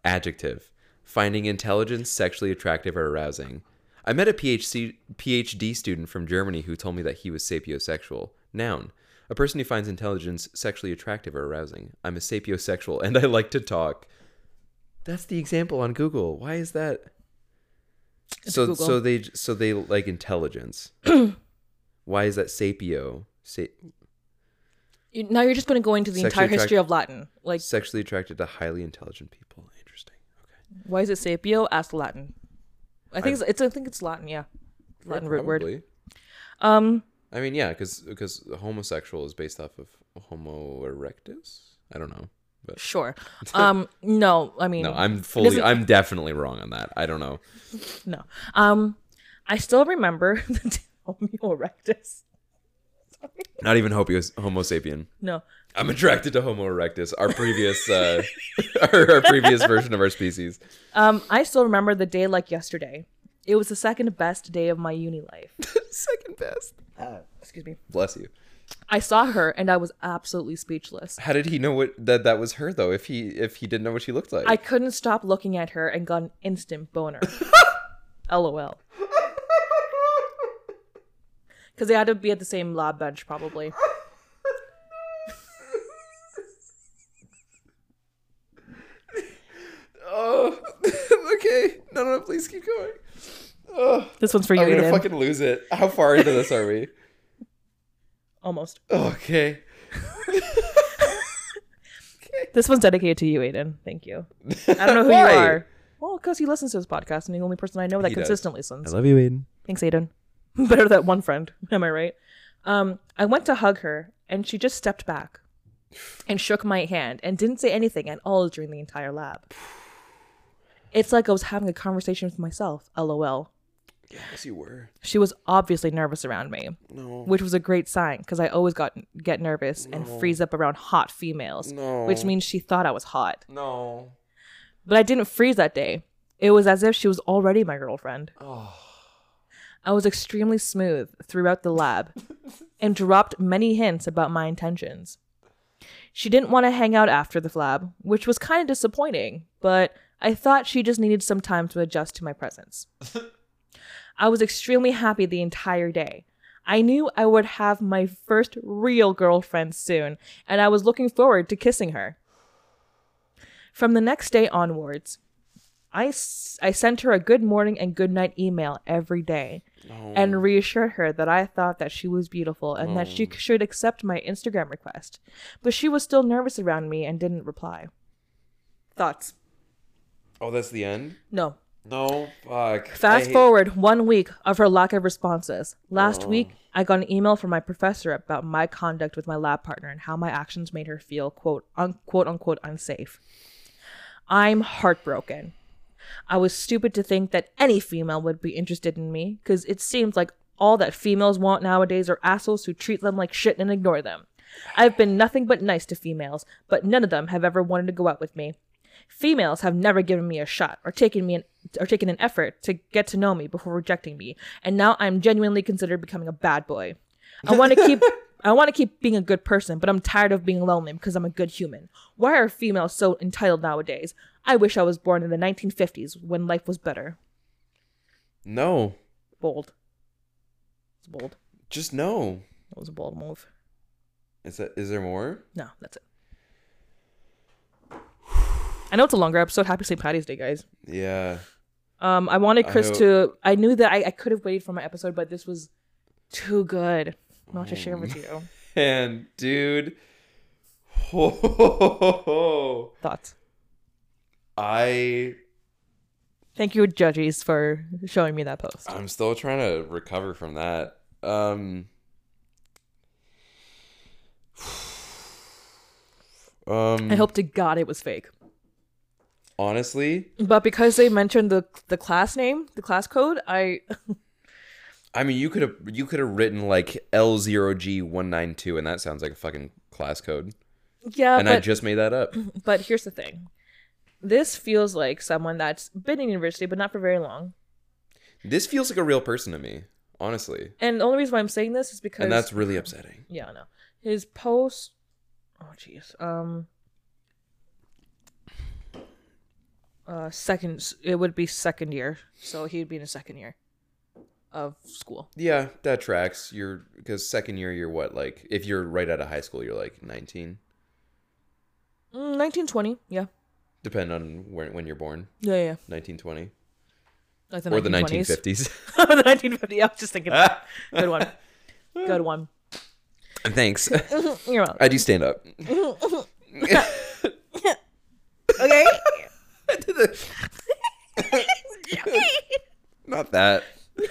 B: Adjective. Finding intelligence sexually attractive or arousing. I met a PhD, PhD student from Germany who told me that he was sapiosexual. Noun. A person who finds intelligence sexually attractive or arousing. I'm a sapiosexual and I like to talk. That's the example on Google. Why is that? so
C: Google.
B: so they so they like intelligence. Why is that sapio? Sa-
C: You, now you're just going to go into the
B: Sexually
C: entire history
B: attract-
C: of Latin. Like,
B: sexually attracted to highly intelligent people. Interesting. Okay.
C: why is it sapio? Ask Latin. I think it's, it's. I think it's Latin. Yeah, Latin root word.
B: Probably.
C: Um,
B: I mean, yeah, because homosexual is based off of Homo erectus. I don't know, but [LAUGHS]
C: sure. Um, no, I mean,
B: no, I'm fully,
C: doesn't-
B: I'm definitely wrong on that. I don't know.
C: No. Um, I still remember [LAUGHS] the Homo erectus.
B: Not even Homo, homo sapien.
C: No.
B: I'm attracted to Homo erectus, our previous, uh, [LAUGHS] our, our previous version of our species.
C: Um, I still remember the day like yesterday. It was the second best day of my uni life.
B: [LAUGHS] Second best.
C: Excuse me.
B: Bless you.
C: I saw her and I was absolutely speechless.
B: How did he know what that that was her though? If he if he didn't know what she looked like,
C: I couldn't stop looking at her and got an
B: [LAUGHS]
C: instant boner. LOL. Because they had to be at the same lab
B: [LAUGHS]
C: bench, probably.
B: oh, [LAUGHS] okay. No, no, please keep going. Oh.
C: This one's for you,
B: I'm gonna
C: Aiden.
B: fucking lose it. How far into this are we? [LAUGHS] Oh,
C: Almost.
B: Okay.
C: This one's dedicated to you, Aiden. Thank you.
B: [LAUGHS]
C: I don't know who you
B: Why?
C: are. Well, because he listens to this podcast, and the only person I know that
B: He does.
C: consistently listens.
B: love you, Aiden.
C: Thanks, Aiden. [LAUGHS] Better that one friend. Am I right? Um, I went to hug her, and she just stepped back. and shook my hand and didn't say anything at all during the entire lab. [SIGHS] It's like I was having a conversation with myself, lol.
B: Yes, you were.
C: She was obviously nervous around me,
B: No.
C: which was a great sign because I always got get nervous and freeze up around hot females,
B: No.
C: which means she thought I was hot.
B: No.
C: But I didn't freeze that day. It was as if she was already my girlfriend.
B: Oh.
C: I was extremely smooth throughout the lab and dropped many hints about my intentions. She didn't want to hang out after the lab, which was kind of disappointing, but I thought she just needed some time to adjust to my presence. I was extremely happy the entire day. I knew I would have my first real girlfriend soon, and I was looking forward to kissing her. From the next day onwards, I, s- I sent her a good morning and good night email every day and reassured her that I thought that she was beautiful and that she c- should accept my Instagram request. But she was still nervous around me and didn't reply. Thoughts?
B: Oh, that's the end?
C: No.
B: No. Fuck.
C: Fast
B: I-
C: forward one week of her lack of responses. Last week, I got an email from my professor about my conduct with my lab partner and how my actions made her feel quote unquote unquote unsafe. I'm heartbroken. I was stupid to think that any female would be interested in me because it seems like all that females want nowadays are assholes who treat them like shit and ignore them. I've been nothing but nice to females, but none of them have ever wanted to go out with me. Females have never given me a shot or taken me an, or taken an effort to get to know me before rejecting me, and now I'm genuinely considered becoming a bad boy. I want to keep I want to keep being a good person, but I'm tired of being lonely because I'm a good human. Why are females so entitled nowadays? I wish I was born in the 1950s when life was better.
B: No.
C: Bold. It's bold.
B: Just no.
C: That was a bold move.
B: Is that? Is there more?
C: No, that's it. I know it's a longer episode. Happy St. Patty's Day, guys.
B: Yeah.
C: Um, I wanted
B: I
C: Chris
B: hope-
C: to. I knew that I, I could have waited for my episode, but this was too good not to share
B: Mm.
C: with you.
B: And dude. [LAUGHS] Ho
C: Thoughts?
B: I
C: Thank you, judges, for showing me that post.
B: I'm still trying to recover from that. Um [SIGHS] Um
C: I hope to God it was fake.
B: honestly,
C: But because they mentioned the the class name, the class code, I [LAUGHS]
B: I mean you could have you could have written like L0G192 and that sounds like a fucking class code.
C: yeah,
B: and
C: Uh, but
B: I just made that up.
C: but here's the thing. This feels like someone that's been in university but not for very long.
B: This feels like a real person to me, honestly.
C: And the only reason why I'm saying this is because
B: And that's really upsetting.
C: yeah, I know. His post Oh jeez. Um uh second it would be second year. So he would be in his second year of school.
B: Yeah, that tracks. You're because second year you're what like if you're right out of high school you're like 19,
C: Mm, 1920. Yeah.
B: depend on when when you're born.
C: Yeah, yeah.
B: 1920
C: Like the
B: or the
C: 1920s.
B: 1950s.
C: [LAUGHS] the 1950. I was just thinking that. Good one. Good one.
B: [LAUGHS]
C: [LAUGHS]
B: Thanks.
C: You're welcome.
B: I do stand up. [LAUGHS]
C: Okay.
B: [LAUGHS] Not that.
C: [LAUGHS]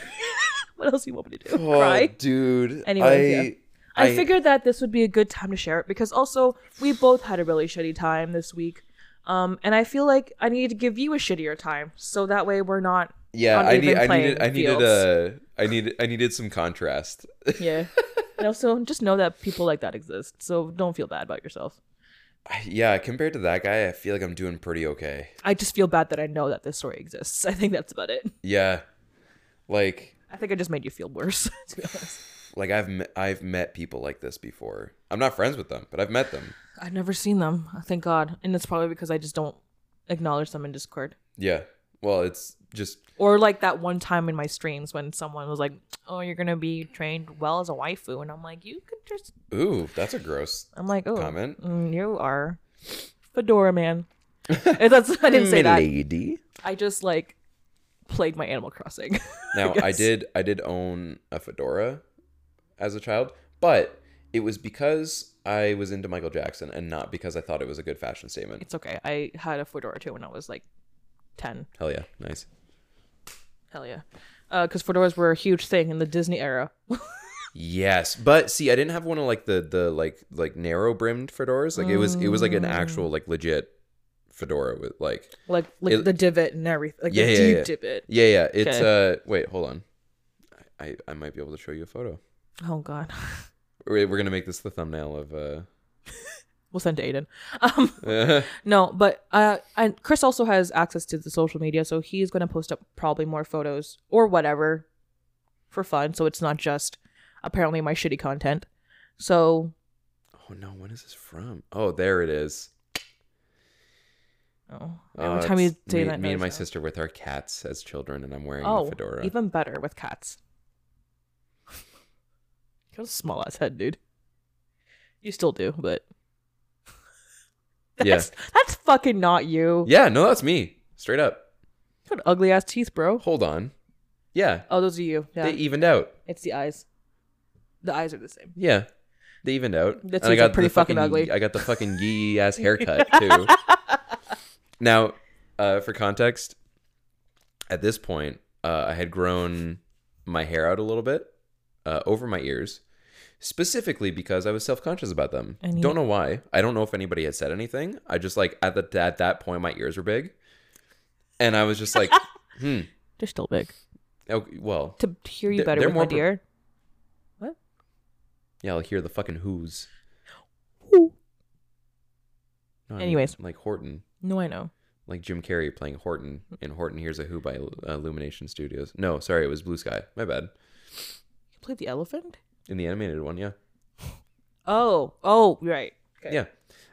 C: what else you want me to do?
B: Oh,
C: Cry?
B: dude.
C: Anyways, yeah. I,
B: I-
C: figured that this would be a good time to share it because also we both had a really shitty time this week. Um, and I feel like I need to give you a shittier time so that way we're not.
B: Yeah,
C: on
B: I need.
C: even
B: I
C: playing
B: needed. I needed.
C: fields.
B: Uh, I needed. I needed some contrast.
C: Yeah. and also just know that people like that exist. So don't feel bad about yourself.
B: yeah, compared to that guy, I feel like I'm doing pretty okay.
C: I just feel bad that I know that this story exists. I think that's about it.
B: Yeah, like
C: I think I just made you feel worse, [LAUGHS] to be honest.
B: like I've me- I've met people like this before. I'm not friends with them, but I've met them.
C: I've never seen them. Thank God. And it's probably because I just don't acknowledge them in Discord.
B: Yeah. Well, it's just
C: Or like that one time in my streams when someone was like, "Oh, you're gonna be trained well as a waifu," and I'm like, "You could just,"
B: ooh, that's a gross
C: I'm like, "Oh,
B: comment.
C: mm, you are fedora
B: [LAUGHS]
C: man." And That's I didn't say that.
B: Milady.
C: I just like played my Animal Crossing. [LAUGHS]
B: Now I,
C: guess.
B: did I did own a fedora as a child, but it was because I was into Michael Jackson and not because I thought it was a good fashion statement.
C: it's okay. I had a fedora too when I was like ten.
B: Hell yeah, nice.
C: Uh, Hell yeah, because fedoras were a huge thing in the Disney era.
B: Yes, but see, I didn't have one of like the the like like narrow brimmed fedoras. Like it was it was like
C: Mm.
B: an actual like legit fedora with like
C: Like like
B: It-
C: the divot and everything. Like
B: Yeah,
C: the
B: yeah,
C: deep
B: yeah.
C: divot.
B: yeah yeah. It's uh wait hold on, I, I I might be able to show you a photo.
C: Oh god.
B: We're we're gonna make this the thumbnail of uh. [LAUGHS] oh,
C: We'll send to Aiden. Um No, but uh, and Chris also has access to the social media, so he's going to post up probably more photos or whatever for fun. So it's not just apparently my shitty content. So
B: oh no, when is this from? Oh, there it is.
C: oh,
B: Oh,
C: every time
B: it's
C: you say
B: me,
C: that,
B: me and my
C: noise-
B: sister with our cats as children, and I'm wearing a
C: Oh,
B: fedora.
C: even better with cats. you got a small ass head, dude. You still do, but [LAUGHS]
B: Yeah.
C: that's that's fucking not you.
B: yeah, no, that's me straight up.
C: You got ugly ass teeth, bro.
B: Hold on, yeah,
C: Oh, those are you. Yeah,
B: they e- evened out.
C: it's the eyes. The eyes are the same.
B: Yeah. They evened out.
C: That
B: And I
C: seems
B: got
C: like pretty
B: the fucking,
C: fucking ugly.
B: I got the
C: [LAUGHS]
B: fucking yee ass haircut too. now, uh, for context, at this point, uh, I had grown my hair out a little bit uh, over my ears, specifically because I was self conscious about them.
C: And you-
B: don't know why. I don't know if anybody had said anything. I just like at the at that point, my ears were big, and I was just
C: [LAUGHS]
B: like, hmm.
C: They're still big.
B: Oh, well,
C: to hear you
B: They're-
C: better
B: they're
C: with
B: more
C: my
B: pro-
C: dear.
B: yeah, I'll hear the fucking who's. No, I mean,
C: Anyways.
B: like Horton.
C: No, I know.
B: like Jim Carrey playing Horton in Horton Hears a Who by uh, Illumination Studios. No, sorry, it was Blue Sky. My bad.
C: You played the elephant?
B: In the animated one, yeah.
C: Oh, oh, right. Okay.
B: Yeah.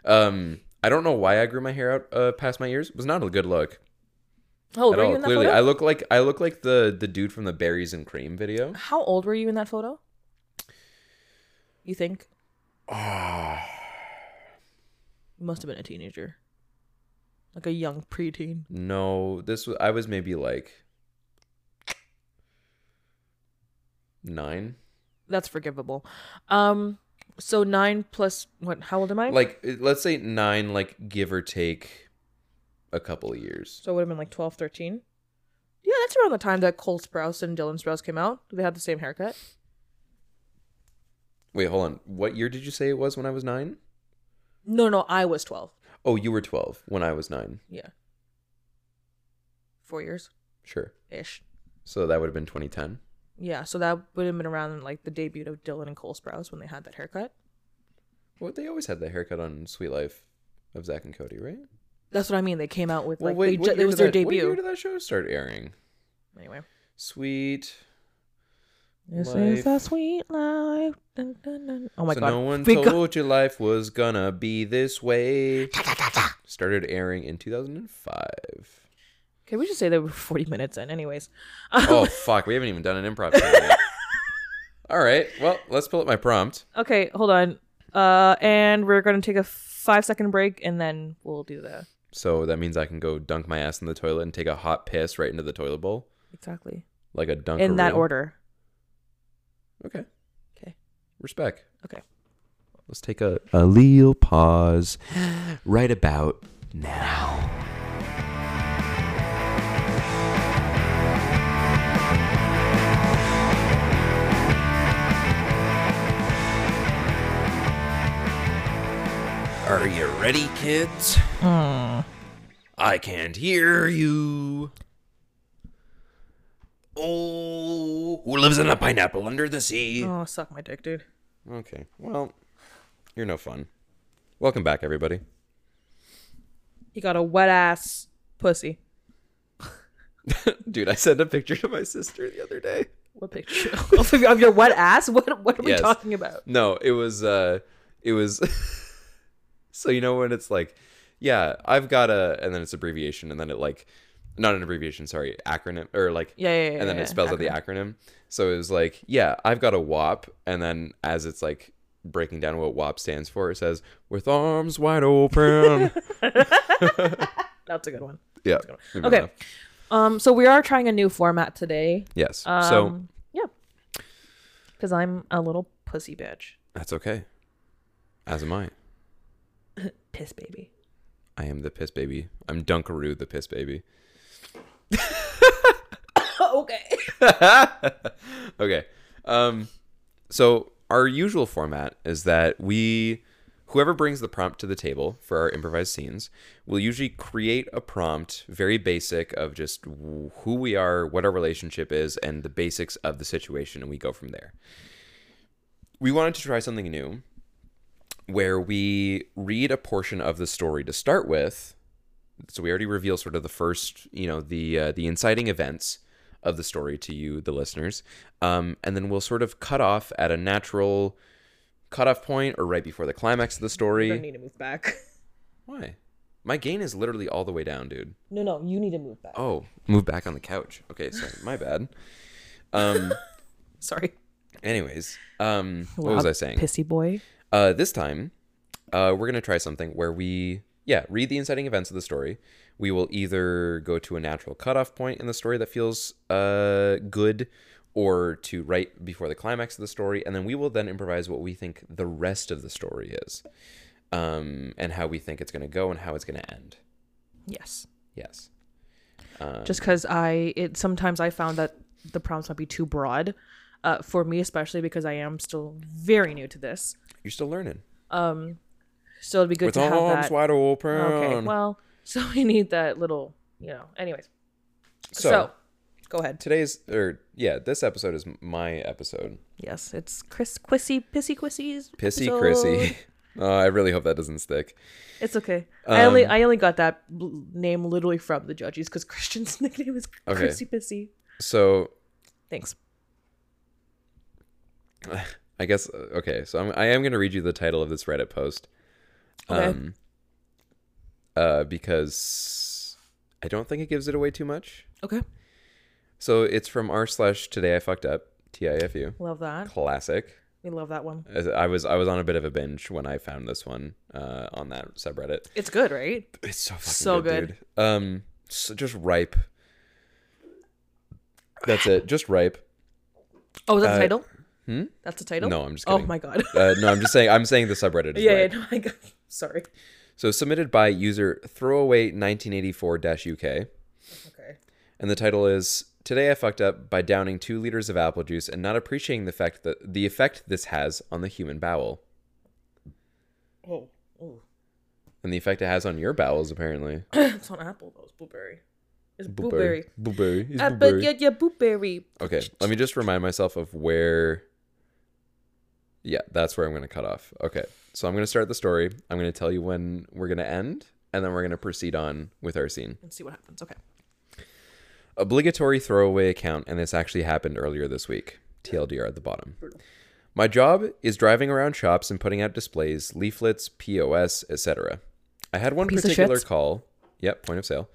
B: Um I don't know why I grew my hair out uh, past my ears. It was not a good look
C: How old
B: at
C: Oh, were
B: all.
C: you in that
B: Clearly,
C: photo?
B: I look like I look like the the dude from the Berries and Cream
C: [SIGHS]
B: video.
C: How old were you in that photo? You think? You must have been a teenager. Like a young preteen.
B: No, this was I was maybe like 9.
C: That's forgivable. Um so nine plus what how old am I?
B: Like uh, let's say 9 like give or take a couple of years.
C: so it would have been like 12, 13. Yeah, that's around the time that Cole Sprouse and Dylan Sprouse came out. They had the same haircut.
B: Wait, hold on. What year did you say it was when I was 9?
C: No, no, I was twelve.
B: Oh, you were 12 when I was 9.
C: Yeah. Four years
B: Sure.
C: ish.
B: So that would have been 2010.
C: Yeah, so that would have been around like the debut of Dylan and Cole Sprouse when they had that haircut.
B: Well, they always had the haircut on Sweet Life of Zach and Cody, right?
C: That's what I mean. They came out with
B: Well,
C: like
B: wait,
C: they
B: what
C: ju-
B: year
C: it was
B: did
C: their
B: that- What year
C: debut.
B: did that show start airing?
C: Anyway,
B: Sweet.
C: this
B: Life.
C: is a sweet life. Dun, dun, dun. Oh my
B: so
C: god!
B: no one
C: Big-
B: told you life was gonna be this
C: [LAUGHS]
B: way. Started airing in 2005.
C: Can we just say that we're forty minutes in? Anyways, [LAUGHS]
B: Oh, fuck. We haven't even done an improv. show yet. All right. Well, let's pull up my prompt.
C: okay, hold on. Uh, and we're gonna take a five second break, and then we'll do the
B: So that means I can go dunk my ass in the toilet and take a hot piss right into the toilet bowl.
C: exactly
B: Like a dunk.
C: in that order.
B: Okay.
C: Okay.
B: Respect.
C: Okay.
B: Let's take a, a leal pause right about now. Are you ready, kids? I can't hear you. Oh, who lives in a pineapple under the sea?
C: Oh, suck my dick, dude.
B: Okay. Well, you're no fun. Welcome back, everybody.
C: He got a wet ass pussy.
B: [LAUGHS] Dude, I sent a picture to my sister the other day.
C: [LAUGHS] What picture of your- of your wet ass? What what are we
B: Yes.
C: talking about?
B: No, it was uh it was [LAUGHS] So you know when it's like, yeah, I've got a and then it's abbreviation and then it like not an abbreviation, sorry, acronym or like
C: Yeah, yeah, yeah.
B: and then
C: yeah,
B: it spells out the acronym. So it was like, yeah, I've got a WAP, and then as it's like breaking down what WAP stands for, it says with arms wide [LAUGHS] open.
C: That's a good one.
B: yeah.
C: Okay. Um, so we are trying a new format today.
B: Yes.
C: Um,
B: so
C: yeah, because I'm a little pussy bitch,
B: that's okay. As am I.
C: piss baby.
B: I am the piss baby. I'm Dunkaroo the piss baby.
C: Oh, okay. [LAUGHS]
B: okay. Um so our usual format is that we whoever brings the prompt to the table for our improvised scenes will usually create a prompt very basic of just w- who we are what our relationship is and the basics of the situation and we go from there we wanted to try something new where we read a portion of the story to start with so we already reveal sort of the first you know the uh, the inciting events of the story to you the listeners um, and then we'll sort of cut off at a natural cutoff point or right before the climax of the
C: Don't
B: story
C: need to move back.
B: why my gain is literally all the way down dude
C: No, no, you need to move back.
B: oh move back on the couch okay sorry my bad um [LAUGHS]
C: Sorry.
B: anyways um what was
C: Loud
B: i saying
C: Pissy boy.
B: Uh, this time, uh, we're gonna try something where we, yeah, read the inciting events of the story. We will either go to a natural cutoff point in the story that feels uh good, or to right before the climax of the story, and then we will then improvise what we think the rest of the story is, um, and how we think it's gonna go and how it's gonna end.
C: Yes.
B: Yes. Um,
C: Just because I, it sometimes I found that the prompts might be too broad, uh, for me especially because I am still very new to this.
B: you're still learning.
C: So it'd be good
B: With
C: to have
B: arms
C: that.
B: wide open.
C: Okay. Well, [LAUGHS] so we need that little, you know. Anyways.
B: so,
C: so go ahead.
B: today's or yeah, this episode is my episode.
C: Yes, it's Chris Quissy Pissy Quissy's
B: Pissy
C: episode.
B: Chrissy. [LAUGHS] Oh, I really hope that doesn't stick.
C: [LAUGHS] It's okay.
B: Um,
C: I only I only got that bl- name literally from the judges because Christian's [LAUGHS] nickname is
B: Okay.
C: Chrissy Pissy.
B: So
C: Thanks.
B: I guess uh, okay. So I'm, I am going to read you the title of this Reddit post,
C: Okay.
B: um, uh, because I don't think it gives it away too much.
C: okay.
B: So it's from r slash today I fucked up t i f u
C: Love that.
B: classic.
C: We love that one.
B: As I was I was on a bit of a binge when I found this one uh, on that subreddit.
C: It's good, right?
B: It's so fucking
C: So
B: good, dude. Um, so just ripe. That's it. Just ripe.
C: Oh, is that
B: Uh,
C: the title? Hmm? That's the title?
B: No, I'm just
C: Oh
B: kidding.
C: my god.
B: Uh, no, I'm just saying. I'm saying the subreddit is
C: [LAUGHS] yeah,
B: ripe.
C: yeah, no, I got [LAUGHS] sorry.
B: So submitted by user throwaway1984-UK,
C: Okay.
B: and the title is "Today I fucked up by downing two liters of apple juice and not appreciating the fact that the effect this has on the human bowel
C: Oh. Oh.
B: and the effect it has on your bowels,
C: [LAUGHS]
B: apparently."
C: it's on apple though, it's blueberry. It's blueberry.
B: blueberry. It's
C: Uh, but
B: blueberry.
C: yeah, yeah, blueberry.
B: Okay, let me just remind myself of where. Yeah, that's where I'm going to cut off. Okay, so I'm going to start the story. I'm going to tell you when we're going to end, and then we're going to proceed on with our scene.
C: Let's see what happens. Okay. [LAUGHS]
B: Obligatory throwaway account, and this actually happened earlier this week. TLDR at the bottom. My job is driving around shops and putting out displays, leaflets, POS, etc. I had one
C: Piece of
B: particular
C: shits.
B: call. Yep, point of sale.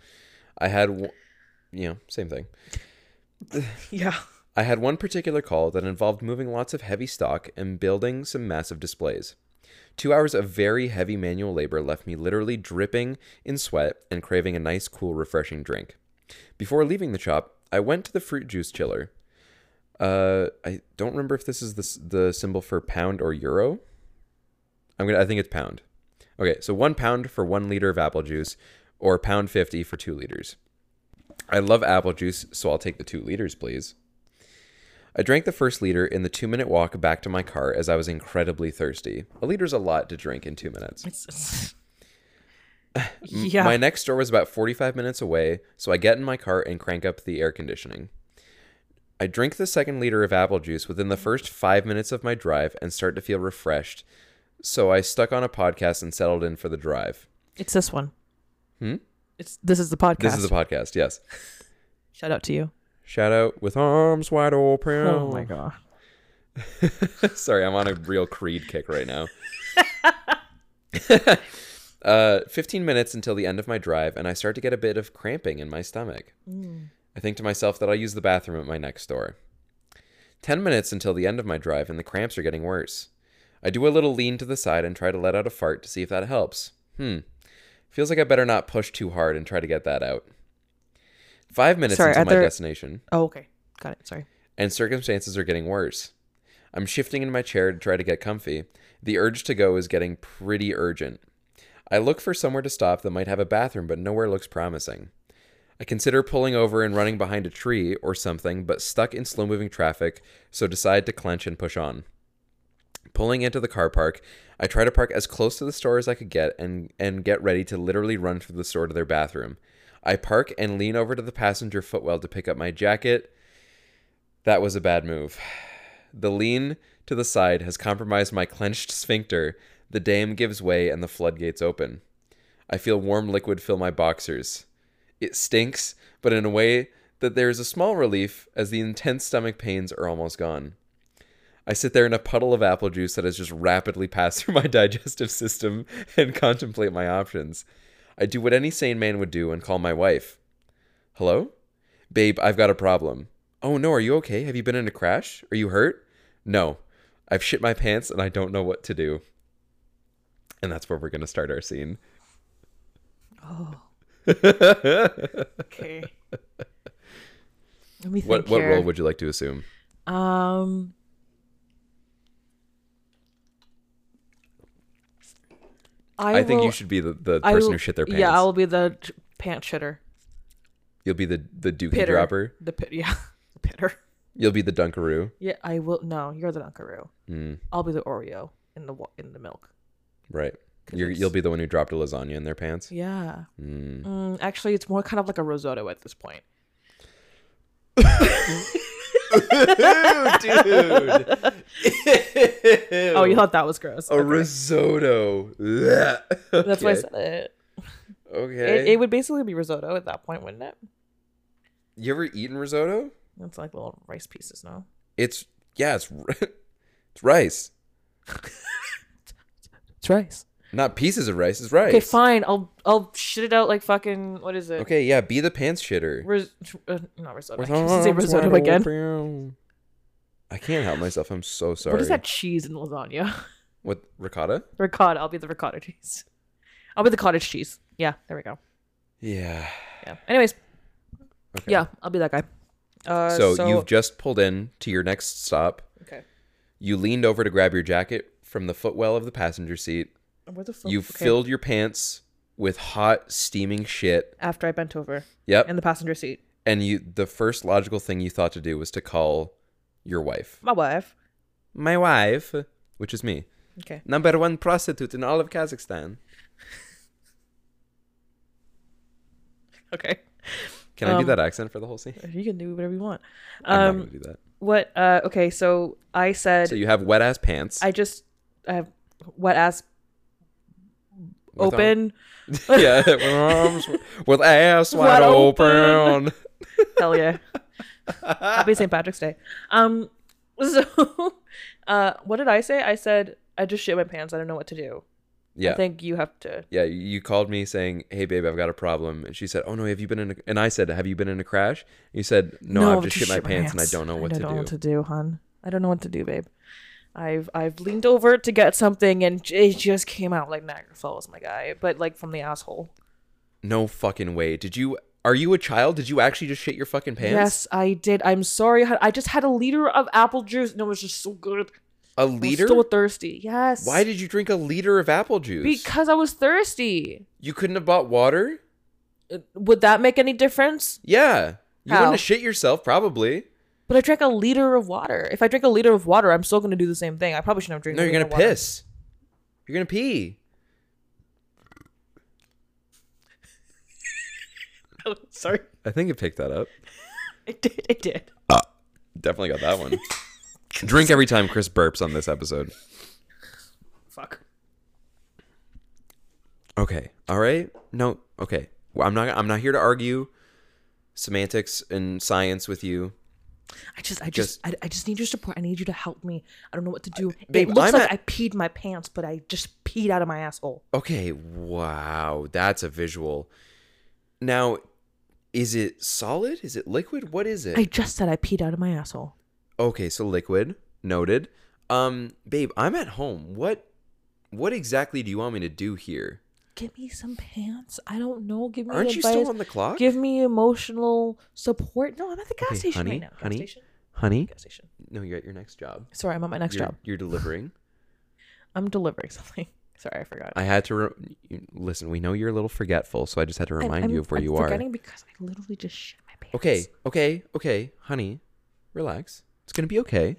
B: I had, one- you know, same thing.
C: Yeah.
B: [LAUGHS] I had one particular call that involved moving lots of heavy stock and building some massive displays. Two hours of very heavy manual labor left me literally dripping in sweat and craving a nice, cool, refreshing drink. Before leaving the shop, I went to the fruit juice chiller. Uh, I don't remember if this is the, s- the symbol for pound or euro. I'm gonna. I think it's pound. Okay, so one pound for one liter of apple juice, or pound fifty for two liters. I love apple juice, so I'll take the two liters, please. I drank the first liter in the two minute walk back to my car as I was incredibly thirsty. A liter's a lot to drink in two minutes.
C: It's, it's... [LAUGHS] yeah.
B: My next store was about 45 minutes away, so I get in my car and crank up the air conditioning. I drink the second liter of apple juice within the first five minutes of my drive and start to feel refreshed, so I stuck on a podcast and settled in for the drive.
C: It's this one. Hmm? It's this is the podcast.
B: This is a podcast, yes.
C: Shout out to you.
B: Shout out with arms wide open.
C: Oh, my god.
B: [LAUGHS] Sorry, I'm on a real Creed kick right
C: [LAUGHS]
B: now. uh, 15 minutes until the end of my drive, and I start to get a bit of cramping in my stomach.
C: Mm.
B: I think to myself that I'll use the bathroom at my next store. 10 minutes until the end of my drive, and the cramps are getting worse. I do a little lean to the side and try to let out a fart to see if that helps. Hmm. Feels like I better not push too hard and try to get that out. Five minutes
C: Sorry,
B: until
C: are
B: my
C: there-
B: destination
C: Oh, okay. Got it. Sorry.
B: and circumstances are getting worse. I'm shifting in my chair to try to get comfy. The urge to go is getting pretty urgent. I look for somewhere to stop that might have a bathroom, but nowhere looks promising. I consider pulling over and running behind a tree or something, but stuck in slow moving traffic, so decide to clench and push on. Pulling into the car park, I try to park as close to the store as I could get and, and get ready to literally run through the store to their bathroom. I park and lean over to the passenger footwell to pick up my jacket. That was a bad move. The lean to the side has compromised my clenched sphincter. The dam gives way and the floodgates open. I feel warm liquid fill my boxers. It stinks, but in a way that there is a small relief as the intense stomach pains are almost gone. I sit there in a puddle of apple juice that has just rapidly passed [LAUGHS] through my digestive system and contemplate my options. I do what any sane man would do and call my wife. Hello? Babe, I've got a problem. Oh no, are you okay? Have you been in a crash? Are you hurt? No. I've shit my pants and I don't know what to do. And that's where we're going to start our scene.
C: Oh. okay. Let me think
B: What what
C: here.
B: role would you like to assume?
C: um.
B: I, think
C: will-
B: you should be the, the
C: I
B: person
C: will-
B: who shit their pants.
C: Yeah, I'll be the t- pant shitter.
B: You'll be the the dookie
C: Pitter.
B: dropper.
C: The pit. [LAUGHS] Yeah, pitter.
B: You'll be the dunkaroo.
C: Yeah, I will. No, you're the Dunkaroo.
B: Mm,
C: I'll be the Oreo in the wa- in the milk.
B: right.
C: 'Cause
B: You're,
C: it's-
B: you'll be the one who dropped a lasagna in their pants.
C: Yeah. [LAUGHS]
B: Mm.
C: Mm, actually, it's more kind of like a risotto at this point.
B: dude.
C: Oh, you thought that was
B: [LAUGHS]
C: gross.
B: a
C: Okay.
B: risotto. [LAUGHS]
C: That's why I said it.
B: Okay.
C: it. It would basically be risotto at that point, wouldn't it?
B: You ever eaten risotto?
C: It's like little rice pieces, no?
B: It's yeah, it's ri- [LAUGHS] it's rice,
C: It's rice.
B: not pieces of rice. It's rice.
C: Okay, fine. I'll I'll shit it out like fucking what is it?
B: Okay, yeah. Be the pants shitter.
C: Ris- uh, not risotto. I keep saying risotto again.
B: I can't help myself. I'm so sorry.
C: What is that cheese in lasagna? [LAUGHS]
B: What ricotta?
C: ricotta. I'll be the ricotta cheese. I'll be the cottage cheese. Yeah, there we go.
B: Yeah.
C: Yeah. Anyways,
B: Okay.
C: yeah, I'll be that guy. Uh,
B: So,
C: so,
B: you've just pulled in to your next stop.
C: okay.
B: You leaned over to grab your jacket from the footwell of the passenger seat.
C: Where the fuck?
B: You
C: Oh, okay.
B: filled your pants with hot steaming shit.
C: after I bent over
B: Yep.
C: in the passenger seat.
B: and you the first logical thing you thought to do was to call your wife.
C: My wife.
B: My wife, which is me.
C: Okay.
B: Number one prostitute in all of Kazakhstan.
C: Okay.
B: Can I do that accent for the whole scene?
C: You can do whatever you want.
B: I'm
C: Um,
B: not gonna do that.
C: what? Uh, okay. So I said
B: So you have wet ass pants.
C: I just I have wet ass
B: with
C: open.
B: ar- [LAUGHS] yeah, with arms with ass wide
C: Wide [LAUGHS]
B: open. [LAUGHS]
C: Hell yeah. Happy St. Patrick's Day. Um so [LAUGHS] uh what did I say? I said I just shit my pants. I don't know what to do.
B: Yeah.
C: I think you have to
B: yeah, you called me saying, "Hey, babe, I've got a problem," and she said, "Oh no, have you been in?" A-? And I said, "Have you been in a crash?" And you said, "No, I've just shit my pants, and I don't know what
C: I don't
B: to
C: know
B: do."
C: what to do, hon. I don't know what to do, babe. I've I've leaned over to get something and it just came out like Niagara Falls, my guy. But like from the asshole.
B: No fucking way. Did you? Are you a child? Did you actually just shit your fucking pants?
C: Yes, I did. I'm sorry. hon. I just had a liter of apple juice and it was just so good.
B: A
C: I was
B: liter?
C: so thirsty. Yes.
B: Why did you drink a liter of apple juice?
C: Because I was thirsty.
B: you couldn't have bought water?
C: Would that make any difference?
B: Yeah. You
C: How?
B: wouldn't have shit yourself, probably.
C: But I drank a liter of water. If I drink a liter of water, I'm still going to do the same thing. I probably shouldn't have drank.
B: No,
C: a
B: you're
C: liter
B: gonna
C: of water.
B: piss. You're gonna
C: [LAUGHS]
B: pee.
C: Oh, Sorry,
B: I think it picked that up.
C: I did. I did.
B: Definitely got that
C: [LAUGHS]
B: one. drink every time Chris burps on this episode.
C: Fuck.
B: Okay. All right. No. Okay. Well, I'm not. I'm not here to argue semantics and science with you.
C: I just, I
B: Just-
C: just, I, I just need your support. I need you to help me. I don't know what to do.
B: babe,
C: it looks
B: I'm
C: like
B: a-
C: I peed my pants, but I just peed out of my asshole.
B: Okay, wow, that's a visual. Now, is it solid? Is it liquid? What is it?
C: I just said I peed out of my asshole.
B: Okay, so liquid, noted. Um, babe, I'm at home. What what exactly do you want me to do here?
C: Give me some pants. I don't know. Give me
B: Aren't you
C: advice.
B: still on the clock?
C: Give me emotional support. No, I'm at the gas
B: Okay,
C: station
B: honey,
C: right now. Gas
B: honey.
C: station.
B: Honey?
C: Gas station.
B: No, you're at your next job.
C: Sorry, I'm at my next
B: you're,
C: job.
B: You're delivering.
C: I'm delivering [LAUGHS] something. Sorry, I forgot.
B: I had to re- you- listen, we know you're a little forgetful, so I just had to
C: I'm-
B: remind
C: I'm-
B: you of where
C: I'm
B: you are.
C: Forgetting because I literally just shit my pants.
B: Okay, okay, okay, honey, relax. It's gonna be okay.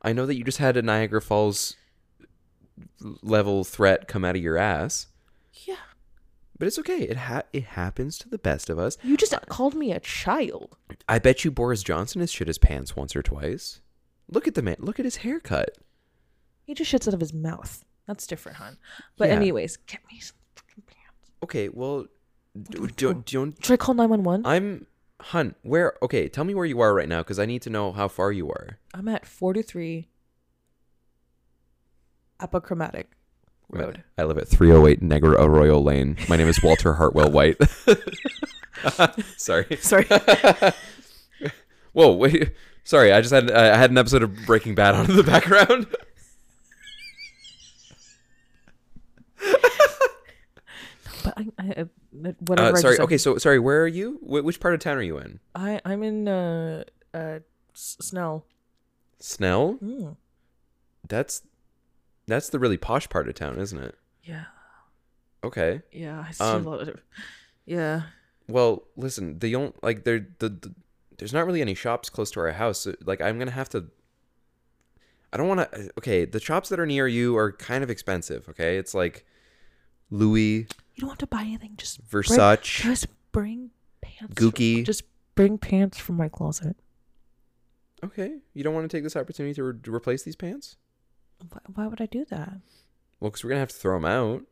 B: I know that you just had a Niagara Falls level threat come out of your ass,
C: Yeah.
B: but it's okay. It ha- it happens to the best of us.
C: You just called me a child.
B: I bet you Boris Johnson has shit his pants once or twice. Look at the man. Look at his haircut.
C: He just shits out of his mouth. That's different, hon. But
B: Yeah.
C: anyways, get me some fucking pants.
B: Okay, well, do, do, don't.
C: Should I call 911?
B: I'm Hun. Where? Okay, tell me where you are right now because I need to know how far you are.
C: I'm at 43 Apochromatic Road.
B: I live at 308 Negra Arroyo Lane. My name is Walter Hartwell White. [LAUGHS] Sorry.
C: Sorry. [LAUGHS]
B: Whoa, wait. Sorry, I just had I had an episode of Breaking Bad on in the background.
C: but I, I, I
B: Uh,
C: whatever. I
B: sorry.
C: just-
B: Okay, so sorry, where are you? Wh- which part of town are you in?
C: I, I'm in uh, uh, S- Snell.
B: Snell?
C: Mm.
B: That's that's the really posh part of town, isn't it?
C: Yeah.
B: Okay.
C: Yeah. I see
B: Um,
C: a lot of. Yeah.
B: Well, listen, the only like there the, the there's not really any shops close to our house. So, like I'm gonna have to. I don't want to. Okay, the shops that are near you are kind of expensive. Okay, it's like Louis,
C: You don't have to buy anything. Just
B: Versace.
C: Bring, just bring pants. from-
B: Gucci.
C: just bring pants from my closet.
B: Okay, you don't want to take this opportunity to, re- to replace these pants?
C: Why, why would I do that?
B: Well, because we're gonna have to throw them out.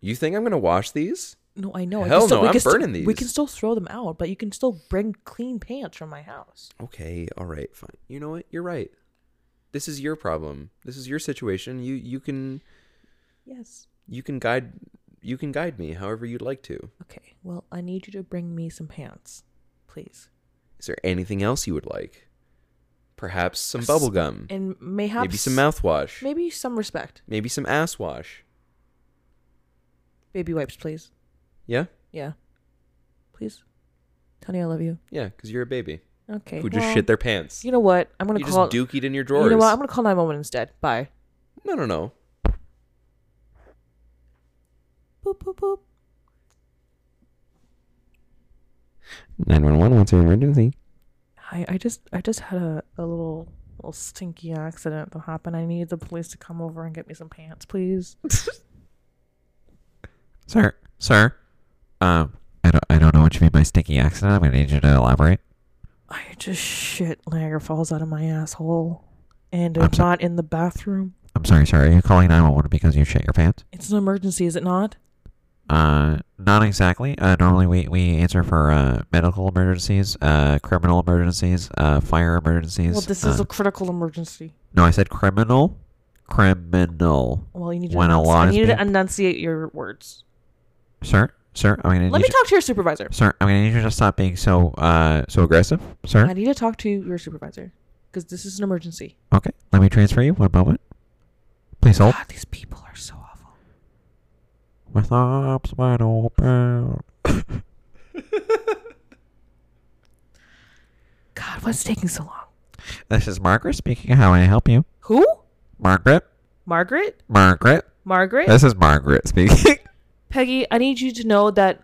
B: You think I'm gonna wash these?
C: No, I know. I
B: Hell
C: can still,
B: no,
C: we
B: I'm
C: can still-
B: burning
C: We
B: these.
C: can still throw them out, but you can still bring clean pants from my house.
B: Okay, all right, fine. You know what? You're right. This is your problem. This is your situation. You you can
C: Yes.
B: you can guide you can guide me however you'd like to.
C: Okay. Well, I need you to bring me some pants, please.
B: Is there anything else you would like? Perhaps some
C: S-
B: bubble gum.
C: And mayhaps
B: Hmm. Maybe some mouthwash. Maybe,
C: Maybe some respect.
B: some ass wash.
C: Baby wipes, please.
B: Yeah?
C: Yeah. Please. Honey, I love you.
B: Yeah, because you're a baby
C: Okay.
B: who just
C: well,
B: shit their pants.
C: You know what? I'm gonna
B: You just
C: call.
B: dookied in your drawers.
C: you know what? I'm gonna call 911 instead. Bye.
B: No, no, no.
C: Boop boop boop.
B: 911, what's your emergency?
C: Hi. I just I just had a, a little little stinky accident that happened. I need the police to come over and get me some pants, please.
D: Sir, sir. Um, I don't, I don't know what you mean by stinky accident. I'm gonna need you to elaborate.
C: I just shit Niagara Falls out of my asshole, and I'm
D: I'm so-
C: not in the bathroom.
D: I'm sorry, sir. Are you calling 911 because you shit your pants?
C: It's an emergency, is it not?
D: Uh, not exactly. Uh, normally we, we answer for, uh, medical emergencies, uh, criminal emergencies, uh, fire emergencies.
C: Well, this
D: uh,
C: is a critical emergency.
D: No, I said criminal. Criminal.
C: Well, you need to,
D: When a
C: enunci-
D: law
C: I
D: is
C: need you to
D: being-
C: enunciate your words.
D: Sir, sir, I'm gonna
C: Let
D: need
C: me
D: you-
C: talk to your supervisor.
D: Sir, I'm gonna need you to stop being so, uh, so aggressive, sir.
C: I need to talk to your supervisor because this is an emergency.
D: Okay, let me transfer you. One moment. Please hold.
C: God, these people are so awful.
D: With arms wide open.
C: God, what's taking so long?
D: This is Margaret speaking. How may I help you?
C: Who?
D: Margaret?
C: Margaret?
D: Margaret?
C: Margaret?
D: This is Margaret speaking.
C: Peggy, I need you to know that,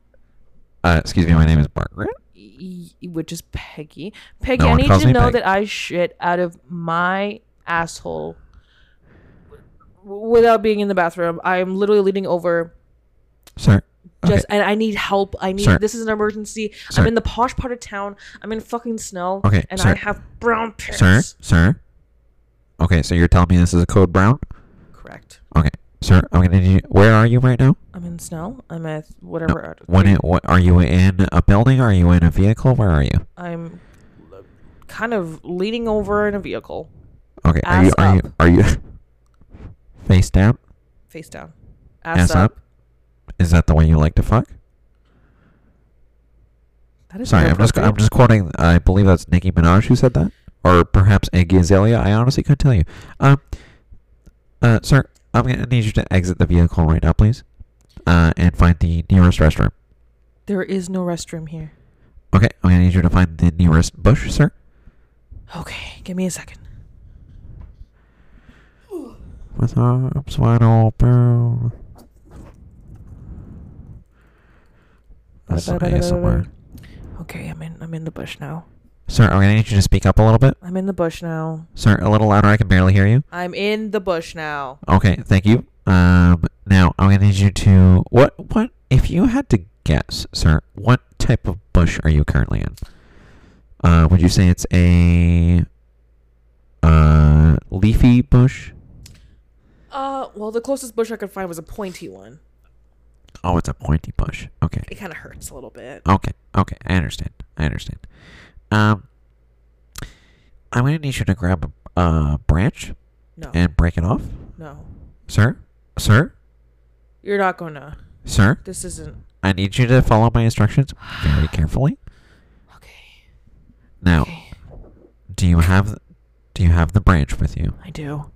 D: [LAUGHS] uh, excuse me, my name is Margaret.
C: y- y- which is Peggy. Peggy,
D: No
C: I
D: one
C: need you
D: calls
C: to
D: me
C: know
D: Peg.
C: that I shit out of my asshole w- without being in the bathroom. I'm literally leaning over.
D: Sir. Okay.
C: Just and I need help. I need
D: Sir.
C: this is an emergency. I'm
D: Sir.
C: in the posh part of town. I'm in fucking snow.
D: Okay,
C: and
D: sir.
C: I have brown pants.
D: sir? Sir? Okay, so you're telling me this is a code brown?
C: Correct.
D: Okay. Sir, I'm gonna need you. Where are you right now?
C: I'm in snow. I'm at whatever. out of
D: What,
C: three.
D: i- what are you in a building? Are you in a vehicle? Where are you?
C: I'm l- kind of leaning over in a vehicle,
D: Okay. Are you
C: Ass
D: are you
C: up.
D: are you [LAUGHS] face down?
C: face down, ass, up.
D: Is that the way you like to fuck?
C: That is
D: Sorry, I'm just I'm
C: inappropriate.
D: just quoting. I believe that's Nicki Minaj who said that, or perhaps Iggy Azalea. I honestly couldn't tell you. Um, uh, sir, I'm gonna need you to exit the vehicle right now, please, uh, and find the nearest restroom.
C: There is no restroom here.
D: Okay, I'm gonna need you to find the nearest bush, sir.
C: Okay, give me a second.
D: With arms wide open. That's some ASMR.
C: Okay, I'm in. I'm in the bush now.
D: Sir, I'm gonna need you to speak up a little bit.
C: I'm in the bush now.
D: Sir, a little louder. I can barely hear you.
C: I'm in the bush now.
D: Okay, thank you. Um, now I'm gonna need you to what what if you had to guess, sir, what type of bush are you currently in? Uh, would you say it's a uh leafy bush?
C: Uh, well, the closest bush I could find was a pointy one.
D: Oh, it's a pointy bush. Okay.
C: It kind of hurts a little bit.
D: Okay. Okay. I understand. I understand. Um, I'm gonna need you to grab a uh, branch
C: No,
D: and break it off,
C: no,
D: sir. Sir,
C: you're not gonna.
D: sir.
C: This isn't
D: I need you to follow my instructions very carefully.
C: okay.
D: Now,
C: Okay,
D: do you have do you have the branch with you?
C: I do.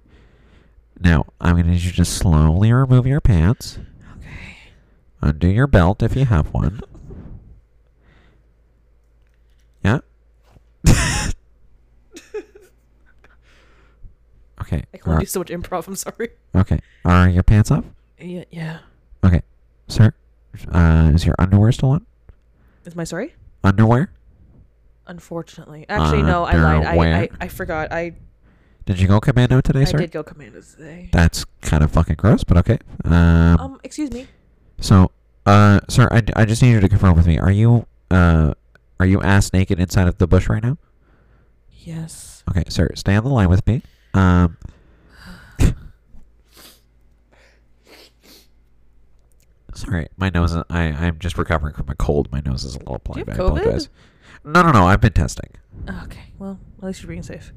D: Now, I'm gonna need you to slowly remove your pants,
C: Okay.
D: undo your belt if you have one. Yeah. [LAUGHS] okay.
C: I can only
D: are-
C: do so much improv. I'm sorry.
D: okay. Are your pants off?
C: Yeah, yeah.
D: Okay, sir. Uh, is your underwear still on?
C: Is my sorry?
D: Underwear?
C: Unfortunately,
D: Uh,
C: actually, no. I lied. I, I,
D: Underwear.
C: I forgot. I
D: Did you go commando today,
C: I
D: sir?
C: did go commando today.
D: That's kind of fucking gross, but okay. Um,
C: Um, excuse me.
D: so, uh, sir, I, I just need you to confirm with me. Are you uh, are you ass naked inside of the bush right now?
C: Yes.
D: Okay, sir, stay on the line with me. Um, [SIGHS] sorry, my nose. Is, I I'm just recovering from a cold. My nose is a little
C: you
D: plugged.
C: have
D: I
C: COVID?
D: apologize. No, no, no. I've been testing.
C: Okay. Well, at least you're being safe.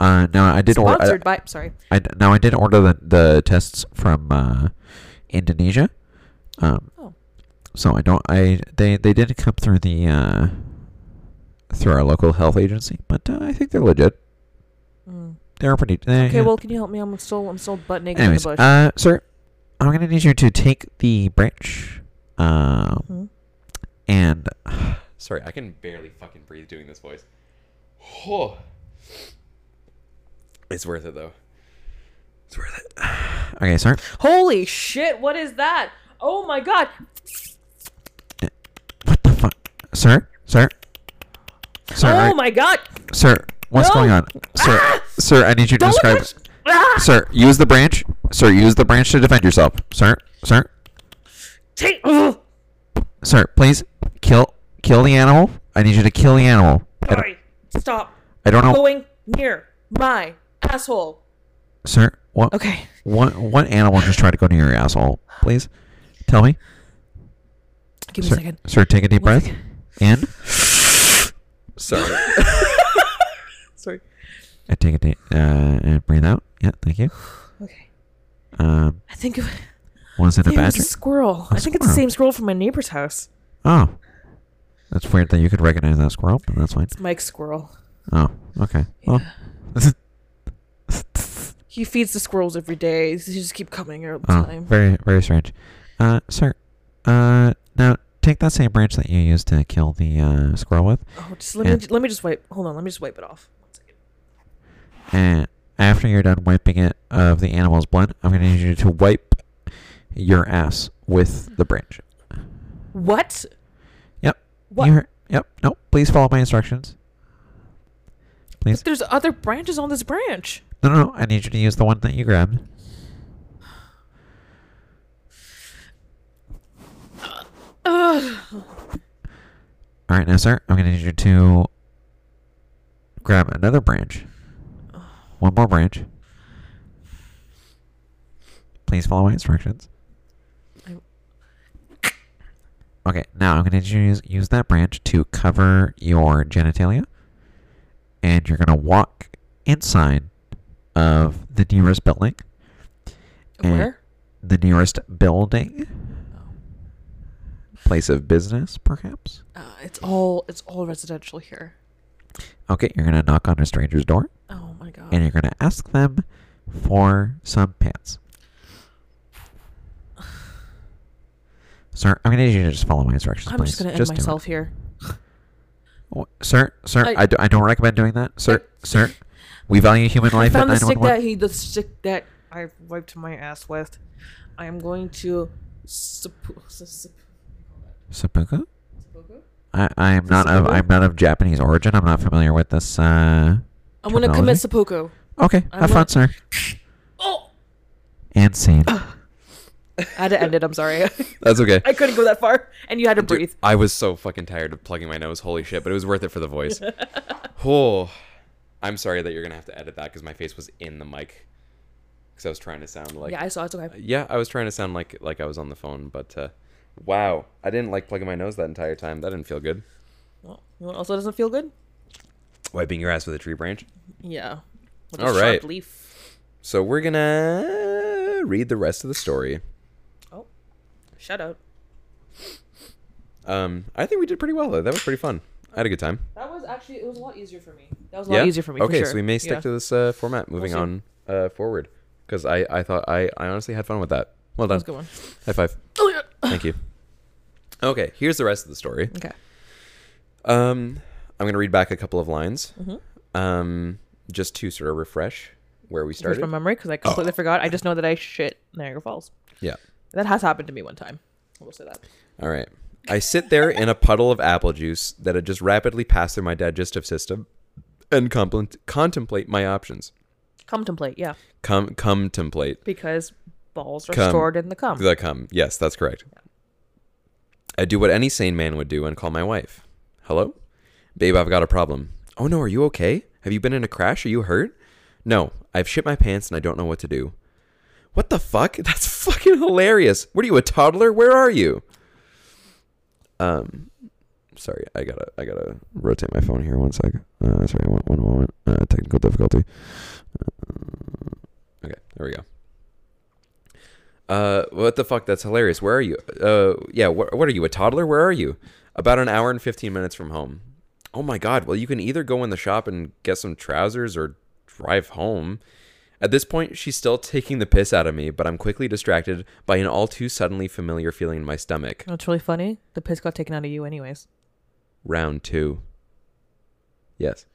D: Uh, no, I did order.
C: Sponsored by. Sorry.
D: I d- now I did order the, the tests from uh, Indonesia, um,
C: Oh.
D: so I don't. I they they did come through the uh, through our local health agency, but uh, I think they're legit.
C: Mm.
D: They're pretty. They,
C: Okay.
D: yeah.
C: Well, can you help me? I'm still I'm still butt naked
D: Anyways,
C: in the bush.
D: uh, sir, I'm gonna need you to take the branch, um,
C: Hmm?
D: and
B: Sorry, I can barely fucking breathe doing this voice. [SIGHS] Oh. It's worth it though.
D: it's worth it. okay, sir.
C: Holy shit! What is that? Oh my god!
D: What the fuck, sir? Sir, sir,
C: oh
D: I-
C: my god!
D: sir, what's
C: No.
D: going on, sir?
C: Ah!
D: Sir, I need you to
C: Don't look
D: describe.
C: at- Ah!
D: Sir, use the branch. Sir, use the branch to defend yourself. Sir, sir,
C: Take. Ugh.
D: sir, please kill kill the animal. I need you to kill the animal. I don't,
C: Sorry. Stop
D: I don't know,
C: going near my asshole.
D: sir. What
C: Okay.
D: what what animal just tried to go near your asshole? Please tell me.
C: Give me a
D: Sir,
C: second.
D: sir take a deep breath.
C: [LAUGHS]
D: In [LAUGHS]
B: Sorry.
C: Sorry.
D: and take a deep uh, and breathe out. Yeah, thank you.
C: Okay.
D: Um,
C: I think of.
D: was it a
C: It was a
D: badger?
C: squirrel.
D: A
C: I think it's the
D: squirrel.
C: same squirrel from my neighbor's house.
D: Oh, that's weird that you could recognize that squirrel, but that's fine.
C: It's Mike's squirrel.
D: Oh, okay. Well,
C: [LAUGHS] He feeds the squirrels every day. They just keep coming all the
D: Oh,
C: time.
D: very, very strange. Uh, sir, uh, now take that same branch that you used to kill the uh, squirrel with,
C: Oh, just let
D: Yeah.
C: me let me just wipe. Hold on, let me just wipe it off. One second.
D: and after you're done wiping it of the animal's blood, I'm going to need you to wipe your ass with the branch.
C: What?
D: Yep.
C: What?
D: You heard- yep. No, please follow my instructions. Please.
C: But there's other branches on this branch.
D: No, no, no. I need you to use the one that you grabbed.
C: Ugh.
D: All right, now, sir, I'm going to need you to grab another branch. One more branch. Please follow my instructions.
C: I-
D: Okay, now I'm going to use, use that branch to cover your genitalia. And you're going to walk inside of the nearest building. And
C: Where?
D: The nearest building. Place of business, perhaps.
C: Uh, it's all it's all residential here.
D: Okay, you're going to knock on a stranger's door.
C: Oh my god.
D: and you're going to ask them for some pants. Sir, I'm going to need you to just follow my instructions,
C: I'm
D: please.
C: just gonna end
D: do it.
C: myself here.
D: Oh, Sir, sir,
C: I-
D: I, do, I don't recommend doing that. Sir,
C: I-
D: [LAUGHS] sir, we value human
C: I
D: life at
C: found the stick that
D: 911.
C: he the stick that I wiped my ass with. I am going to. Sup- sup- sup-
D: Seppuku? I, I am
B: Is
D: not
B: this a
D: of
B: good
D: I'm not of Japanese origin. I'm not familiar with this. Uh,
C: I'm gonna
D: terminology.
C: commit seppuku.
D: Okay,
C: I'm
D: have
C: [GASPS]
D: fun, sir.
C: Oh,
D: And scene.
C: I had to end it. I'm sorry. [LAUGHS]
B: That's okay.
C: I couldn't go that far, and you had to
B: Dude,
C: breathe.
B: I was so fucking tired of plugging my nose. Holy shit! But it was worth it for the
C: [LAUGHS]
B: voice. oh, I'm sorry that you're gonna have to edit that because my face was in the mic because I was trying to sound like
C: yeah, I saw it's okay.
B: yeah, I was trying to sound like like I was on the phone, but uh, wow, I didn't like plugging my nose that entire time. That didn't feel good.
C: Well, you know what also doesn't feel good?
B: Wiping your ass with a tree branch.
C: Yeah. With
B: All
C: a sharp
B: right.
C: leaf.
B: So we're gonna read the rest of the story.
C: Oh, shout out.
B: Um, I think we did pretty well though. That was pretty fun. I had a good time.
C: That was actually it was a lot easier for me. That was a lot
B: Yeah.
C: easier for me.
B: Okay,
C: for sure.
B: so we may stick
C: Yeah.
B: to this uh, format moving
C: see.
B: on uh, forward because I I thought I I honestly had fun with that. Well done.
C: That was a good one. Oh,
B: High five. [LAUGHS] Thank you. Okay, here's the rest of the story.
C: Okay.
B: Um, I'm gonna read back a couple of lines.
C: Mm-hmm.
B: Um, just to sort of refresh where we
C: Refresh
B: started. Oh.
C: my memory because I completely forgot. I just know that I shit Niagara Falls.
B: Yeah.
C: That has happened to me one time. I will say that.
B: All right. I sit there in a puddle of apple juice that had just rapidly passed through my digestive system, and compl- contemplate my options.
C: Contemplate, yeah,
B: Com- contemplate.
C: because balls are
B: Cum.
C: stored in the cum.
B: The cum. Yes, that's correct. I do what any sane man would do and call my wife. Hello? Babe, I've got a problem. Oh no, are you okay? Have you been in a crash? Are you hurt? No, I've shit my pants and I don't know what to do. What the fuck? [LAUGHS] That's fucking hilarious. What are you, a toddler? Where are you? Um sorry, I gotta I gotta rotate my phone here one sec. Uh, sorry, one, one moment. Uh, technical difficulty. Uh, okay, there we go. Uh, what the fuck? That's hilarious. Where are you? Uh, yeah. Wh- what are you? A toddler? Where are you? About an hour and fifteen minutes from home. Oh my god. Well, you can either go in the shop and get some trousers or drive home. At this point, she's still taking the piss out of me, but I'm quickly distracted by an all too suddenly familiar feeling in my stomach.
C: That's really funny. The piss got taken out of you, anyways.
B: Round two. Yes.
C: [LAUGHS]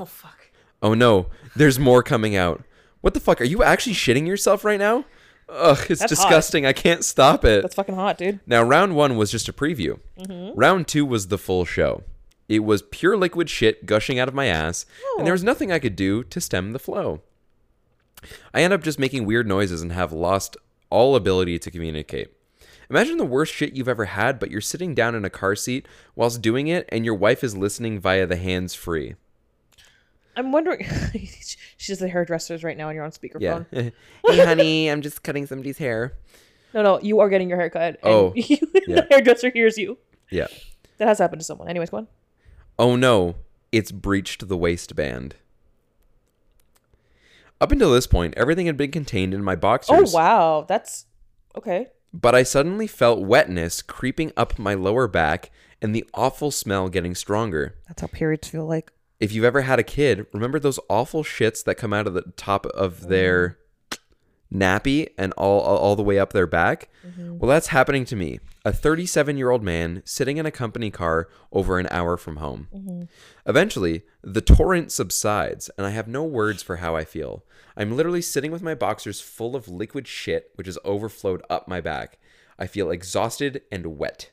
C: Oh fuck.
B: Oh no, there's more coming out. What the fuck? Are you actually shitting yourself right now? Ugh, it's
C: That's hot.
B: disgusting. I can't stop it.
C: That's fucking hot, dude.
B: Now, round one was just a preview. Round two was the full show. It was pure liquid shit gushing out of my ass, and there was nothing I could do to stem the flow. I end up just making weird noises and have lost all ability to communicate. Imagine the worst shit you've ever had, but you're sitting down in a car seat whilst doing it, and your wife is listening via the hands free.
C: I'm wondering. [LAUGHS] She's the hairdressers right now, and you're on speakerphone.
B: Yeah. [LAUGHS] hey, honey, I'm just cutting somebody's hair.
C: No, no, you are getting your haircut. And [LAUGHS]
B: Oh, yeah.
C: the hairdresser hears you.
B: Yeah.
C: That has happened to someone. Anyways, go on.
B: Oh no, it's breached the waistband. Up until this point, everything had been contained in my boxers,
C: Oh wow, that's okay.
B: but I suddenly felt wetness creeping up my lower back and the awful smell getting stronger.
C: That's how periods feel like.
B: If you've ever had a kid, remember those awful shits that come out of the top of their nappy and all all, all the way up their back? Well, that's happening to me. A 37-year-old man sitting in a company car over an hour from home. Eventually, the torrent subsides, and I have no words for how I feel. I'm literally sitting with my boxers full of liquid shit, which has overflowed up my back. I feel exhausted and wet.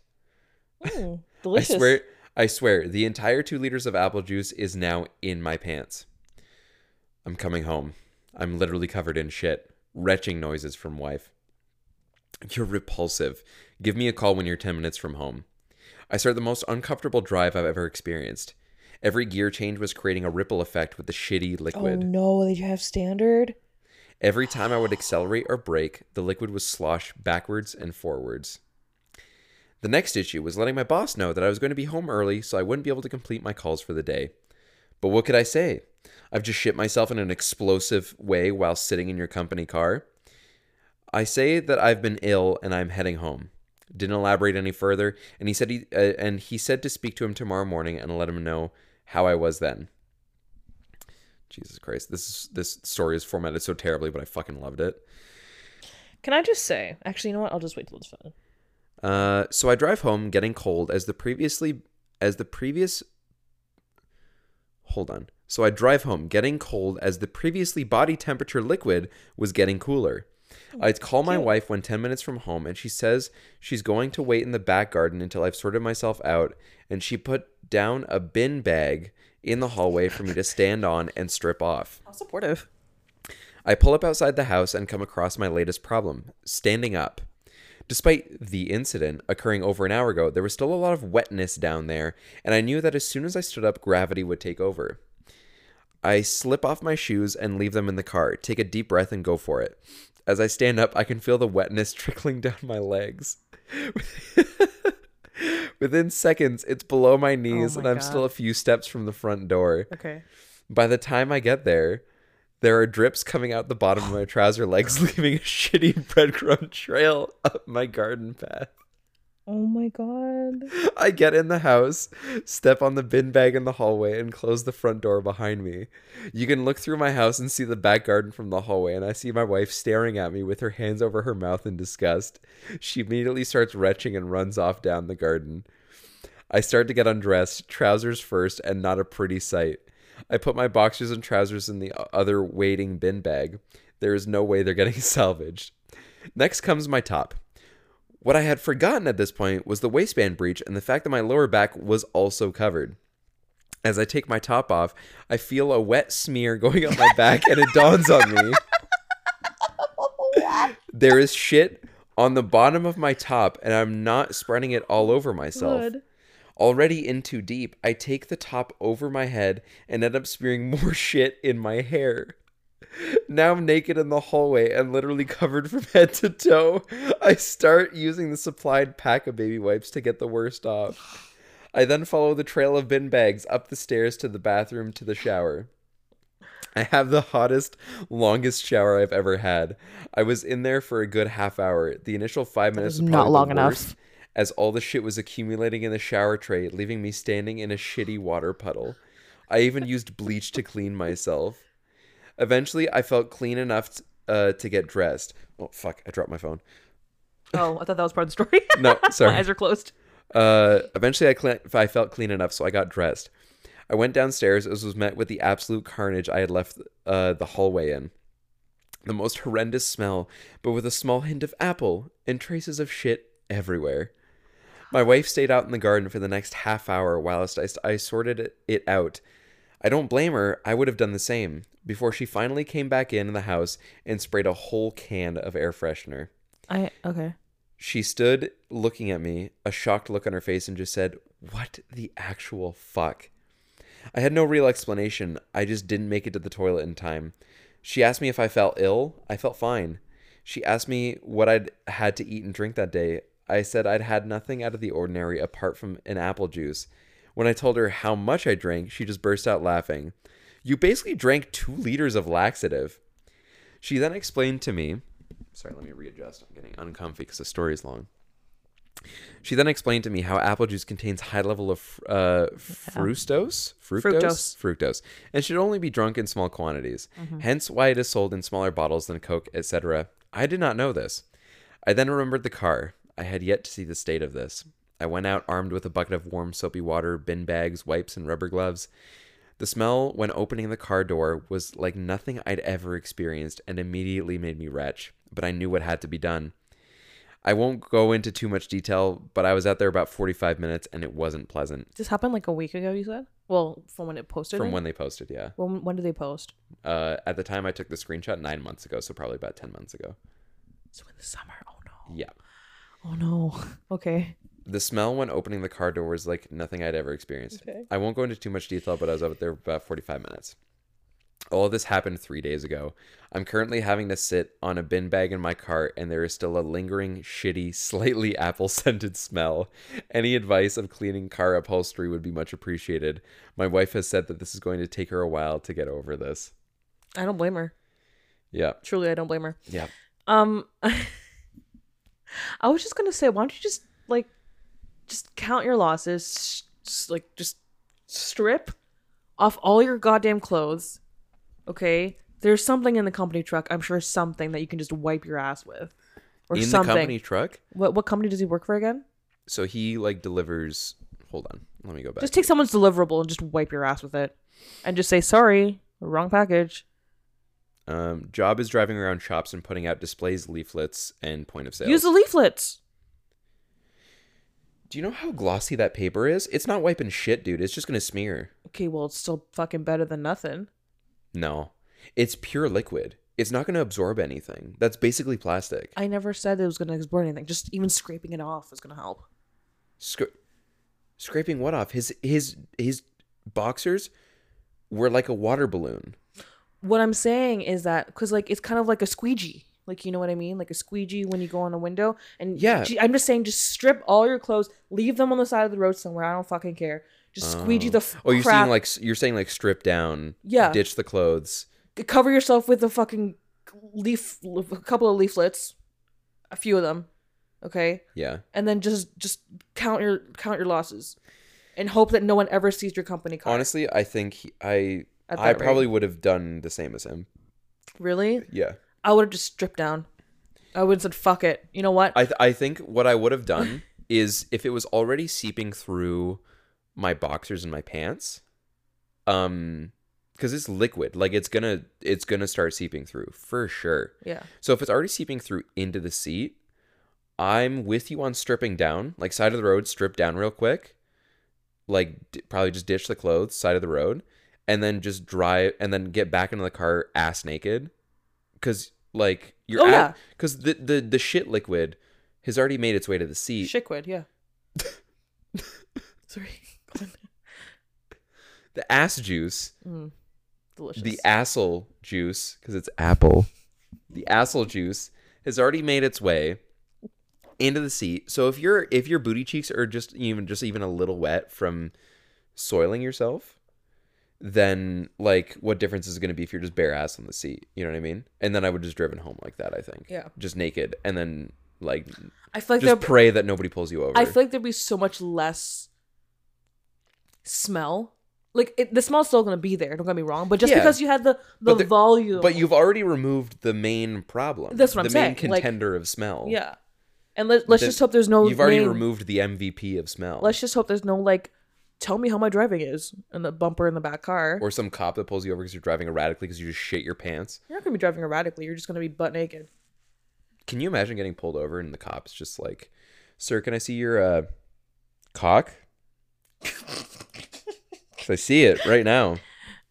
C: Mm, delicious.
B: I swear, I swear, the entire two liters of apple juice is now in my pants. I'm coming home. I'm literally covered in shit. Retching noises from wife. You're repulsive. Give me a call when you're 10 minutes from home. I start the most uncomfortable drive I've ever experienced. Every gear change was creating a ripple effect with the shitty
C: Oh
B: liquid.
C: no, they do have standard.
B: Every time I would accelerate or brake, the liquid would slosh backwards and forwards. The next issue was letting my boss know that I was going to be home early so I wouldn't be able to complete my calls for the day. But what could I say? I've just shit myself in an explosive way while sitting in your company car. I say that I've been ill and I'm heading home. Didn't elaborate any further, and he said he uh, and he said to speak to him tomorrow morning and let him know how I was then. Jesus Christ, this is, this story is formatted so terribly, but I fucking loved it.
C: Can I just say? Actually, you know what? I'll just wait till it's fun.
B: Uh, so I drive home, getting cold, as the previously as the previous. Hold on. So I drive home, getting cold, as the previously body temperature liquid was getting cooler. I call my wife when 10 minutes from home and she says she's going to wait in the back garden until I've sorted myself out and she put down a bin bag in the hallway for me to stand on and strip off.
C: How supportive.
B: I pull up outside the house and come across my latest problem standing up. Despite the incident occurring over an hour ago, there was still a lot of wetness down there, and I knew that as soon as I stood up, gravity would take over. I slip off my shoes and leave them in the car, take a deep breath, and go for it. As I stand up, I can feel the wetness [LAUGHS] trickling down my legs. [LAUGHS] Within seconds, it's below my knees,
C: Oh my
B: and I'm
C: God.
B: still a few steps from the front door.
C: Okay.
B: By the time I get there, there are drips coming out the bottom of my trouser legs, [LAUGHS] leaving a shitty breadcrumb trail up my garden path.
C: Oh my god.
B: I get in the house, step on the bin bag in the hallway, and close the front door behind me. You can look through my house and see the back garden from the hallway, and I see my wife staring at me with her hands over her mouth in disgust. She immediately starts retching and runs off down the garden. I start to get undressed, trousers first, and not a pretty sight. I put my boxers and trousers in the o- other waiting bin bag. There is no way they're getting [LAUGHS] salvaged. Next comes my top. What I had forgotten at this point was the waistband breach and the fact that my lower back was also covered. As I take my top off, I feel a wet smear [LAUGHS] going up my back and it dawns on me. [LAUGHS] There is shit on the bottom of my top and I'm not spreading it all over myself.
C: Good.
B: Already in too deep, I take the top over my head and end up spearing [LAUGHS] more shit in my hair. Now I'm naked in the hallway and literally [LAUGHS] covered from head to toe. I start using the supplied pack of baby wipes to get the worst off. I then follow the trail of bin bags up the stairs to the bathroom to the shower. I have the hottest, longest shower I've ever had. I was in there for a good half hour. The initial five minutes
C: is
B: was
C: not
B: probably the
C: long enough.
B: worst, as all the shit was accumulating in the shower tray, leaving me standing in a shitty water puddle. I even used bleach to clean myself. Eventually, I felt clean enough t- uh, to get dressed. Oh fuck! I dropped my phone.
C: [LAUGHS] Oh, I thought that was part of the story.
B: No,
C: [LAUGHS] my
B: sorry.
C: eyes are closed.
B: Uh, eventually, I, cle I felt clean enough, so I got dressed. I went downstairs as was met with the absolute carnage I had left uh, the hallway in. The most horrendous smell, but with a small hint of apple and traces of shit everywhere. My wife stayed out in the garden for the next half hour whilst I, I sorted it out. I don't blame her, I would have done the same, before she finally came back in the house and sprayed a whole can of air freshener.
C: I okay.
B: She stood looking at me, a shocked look on her face, and just said, What the actual fuck? I had no real explanation. I just didn't make it to the toilet in time. She asked me if I felt ill. I felt fine. She asked me what I'd had to eat and drink that day. I said I'd had nothing out of the ordinary apart from an apple juice. When I told her how much I drank, she just burst out laughing. You basically drank two liters of laxative. She then explained to me Sorry, let me readjust. I'm getting uncomfy because the story is long. She then explained to me how apple juice contains high level of fr- uh, fructose, fructose,
C: Fructose.
B: fructose, and should only be drunk in small quantities. Hence, why it is sold in smaller bottles than Coke, etc. I did not know this. I then remembered the car. I had yet to see the state of this. I went out armed with a bucket of warm, soapy water, bin bags, wipes, and rubber gloves. The smell when opening the car door was like nothing I'd ever experienced and immediately made me retch, but I knew what had to be done. I won't go into too much detail, but I was out there about 45 minutes and it wasn't pleasant
C: This happened like a week ago. You said. Well, from when it posted.
B: from
C: it?
B: when they posted, yeah.
C: When when do they post?
B: Uh, at the time I took the screenshot 9 months ago, so probably about 10 months ago.
C: It's in the summer. Oh no.
B: Yeah.
C: Oh no. [LAUGHS] Okay.
B: The smell when opening the car door was like nothing I'd ever experienced.
C: Okay.
B: I won't go into too much detail, but I was out there about 45 minutes. All of this happened three days ago. I'm currently having to sit on a bin bag in my car, and there is still a lingering, shitty, [LAUGHS] slightly apple scented smell. Any advice of cleaning car upholstery would be much appreciated. My wife has said that this is going to take her a while to get over this.
C: I don't blame her.
B: Yeah.
C: Truly, I don't blame her.
B: Yeah.
C: Um, [LAUGHS] I was just gonna say, why don't you just like, just count your losses, s- s- like just strip off all your goddamn clothes. Okay, there's something in the company truck. I'm sure something that you can just wipe your ass with, or
B: In
C: something.
B: the company truck.
C: What what company does he work for again?
B: So he like delivers. Hold on. Let me go back.
C: Just take someone's deliverable and just wipe your ass with it, and just say sorry, wrong package.
B: Um, Job is driving around shops and putting out displays, leaflets, and point of sale.
C: Use the leaflets.
B: Do you know how glossy that paper is? It's not wiping shit, dude. It's just gonna smear.
C: Okay, well, it's still fucking better than nothing.
B: No, it's pure liquid. It's not gonna absorb anything. That's basically plastic.
C: I never said it was gonna explore anything. Just even scraping it off is gonna help.
B: Scra- scraping what off? His his his boxers were like a water balloon.
C: What I'm saying is that because like it's kind of like a squeegee. Like you know what I mean? Like a squeegee when you go on a window. And
B: Yeah.
C: gee, I'm just saying, just strip all your clothes, leave them on the side of the road somewhere. I don't fucking care. Just squeegee the f-
B: Oh, you're
C: crap.
B: seeing like s- you're saying like strip down.
C: Yeah.
B: Ditch the clothes.
C: cover yourself with a fucking leaf, a couple of leaflets, a few of them, okay,
B: Yeah.
C: and then just just count your count your losses, and hope that no one ever sees your company car.
B: Honestly, I think he, I
C: At
B: I
C: that rate.
B: probably would have done the same as him.
C: really,
B: Yeah.
C: I would have just stripped down. I would have said, "Fuck it." You know what?
B: I th- I think what I would have done [LAUGHS] is if it was already seeping through my boxers and my pants, um, because it's liquid, like it's gonna it's gonna start seeping through for sure.
C: yeah,
B: So if it's already seeping through into the seat, I'm with you on stripping down, like side of the road, strip down real quick, like d- probably just ditch the clothes, side of the road, and then just drive, and then get back into the car ass naked, because like you're
C: Oh, yeah.
B: at, because the the the shit liquid has already made its way to the seat.
C: shitquid.
B: [LAUGHS]
C: Yeah. Sorry.
B: The ass juice,
C: Mm, delicious.
B: the asshole juice, because it's apple. The asshole juice has already made its way into the seat. So if your if your booty cheeks are just even just even a little wet from soiling yourself, then like what difference is it going to be if you're just bare ass on the seat? You know what I mean? And then I would just driven home like that. I think.
C: Yeah.
B: Just naked, and then like
C: I feel like
B: just
C: there-
B: pray that nobody pulls you over.
C: I feel like there'd be so much less smell. Like it, the smell's still gonna be there. Don't get me wrong, but just
B: Yeah.
C: because you had the the
B: But there-
C: volume,
B: but you've already removed the main problem.
C: That's what I'm
B: the main
C: saying, like-
B: contender of smell.
C: yeah. And let, let's
B: The-
C: just hope there's no.
B: You've already
C: name.
B: removed the MVP of smell.
C: Let's just hope there's no like. Tell me how my driving is, and the bumper in the back car.
B: or some cop that pulls you over because you're driving erratically because you just shit your pants.
C: you're not gonna be driving erratically. You're just gonna be butt naked.
B: Can you imagine getting pulled over and the cop's just like, "Sir, can I see your uh, cock?" [LAUGHS] 'Cause I see it right now.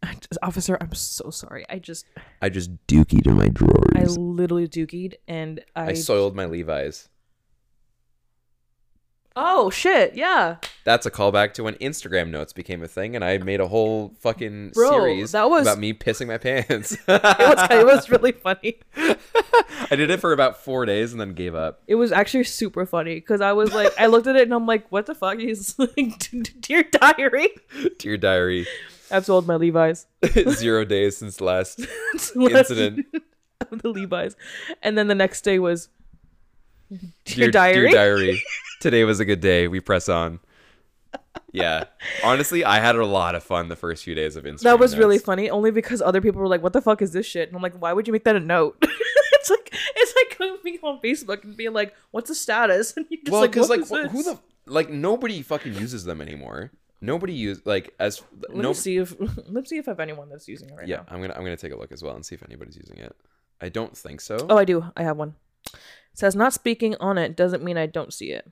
C: I just- officer, I'm so sorry. I just,
B: I just dookied in my
C: I
B: drawers.
C: literally dookied, and I.
B: I, soiled my Levi's.
C: oh shit! Yeah,
B: That's a callback to when Instagram notes became a thing, and I made a whole fucking
C: Bro,
B: series
C: that was-
B: about me pissing my pants.
C: [LAUGHS] [LAUGHS] it was, it was really funny.
B: [LAUGHS]
C: [LAUGHS]
B: I did it for about four days and then gave up.
C: It was actually super funny because I was like, I looked at it and I'm like, what the fuck? He's [LAUGHS] like, "D- d- dear diary.
B: Dear
C: [LAUGHS]
B: diary,
C: I've sold my Levi's. [LAUGHS]
B: zero days since last
C: Incident
B: incident.
C: of [LAUGHS] the Levi's. And then the next day was,
B: Dear-
C: dear, diary.
B: Dear diary. Today was a good day. We press on. Yeah. Honestly, I had a lot of fun the first few days of Instagram.
C: That was really
B: notes.
C: funny only because other people were like, what the fuck is this shit? And I'm like, why would you make that a note? [LAUGHS] it's like, it's like being on Facebook and being like, what's the status? [LAUGHS] And you just
B: Well,
C: like,
B: because
C: what
B: like,
C: is
B: wh- who
C: this?
B: the like nobody fucking uses them anymore. Nobody use like as
C: Let
B: no.
C: me see if [LAUGHS] let me see if I have anyone that's using it right
B: Yeah,
C: now.
B: I'm gonna I'm gonna take a look as well and see if anybody's using it. I don't think so.
C: Oh, I do. I have one. It says not speaking on it doesn't mean I don't see it.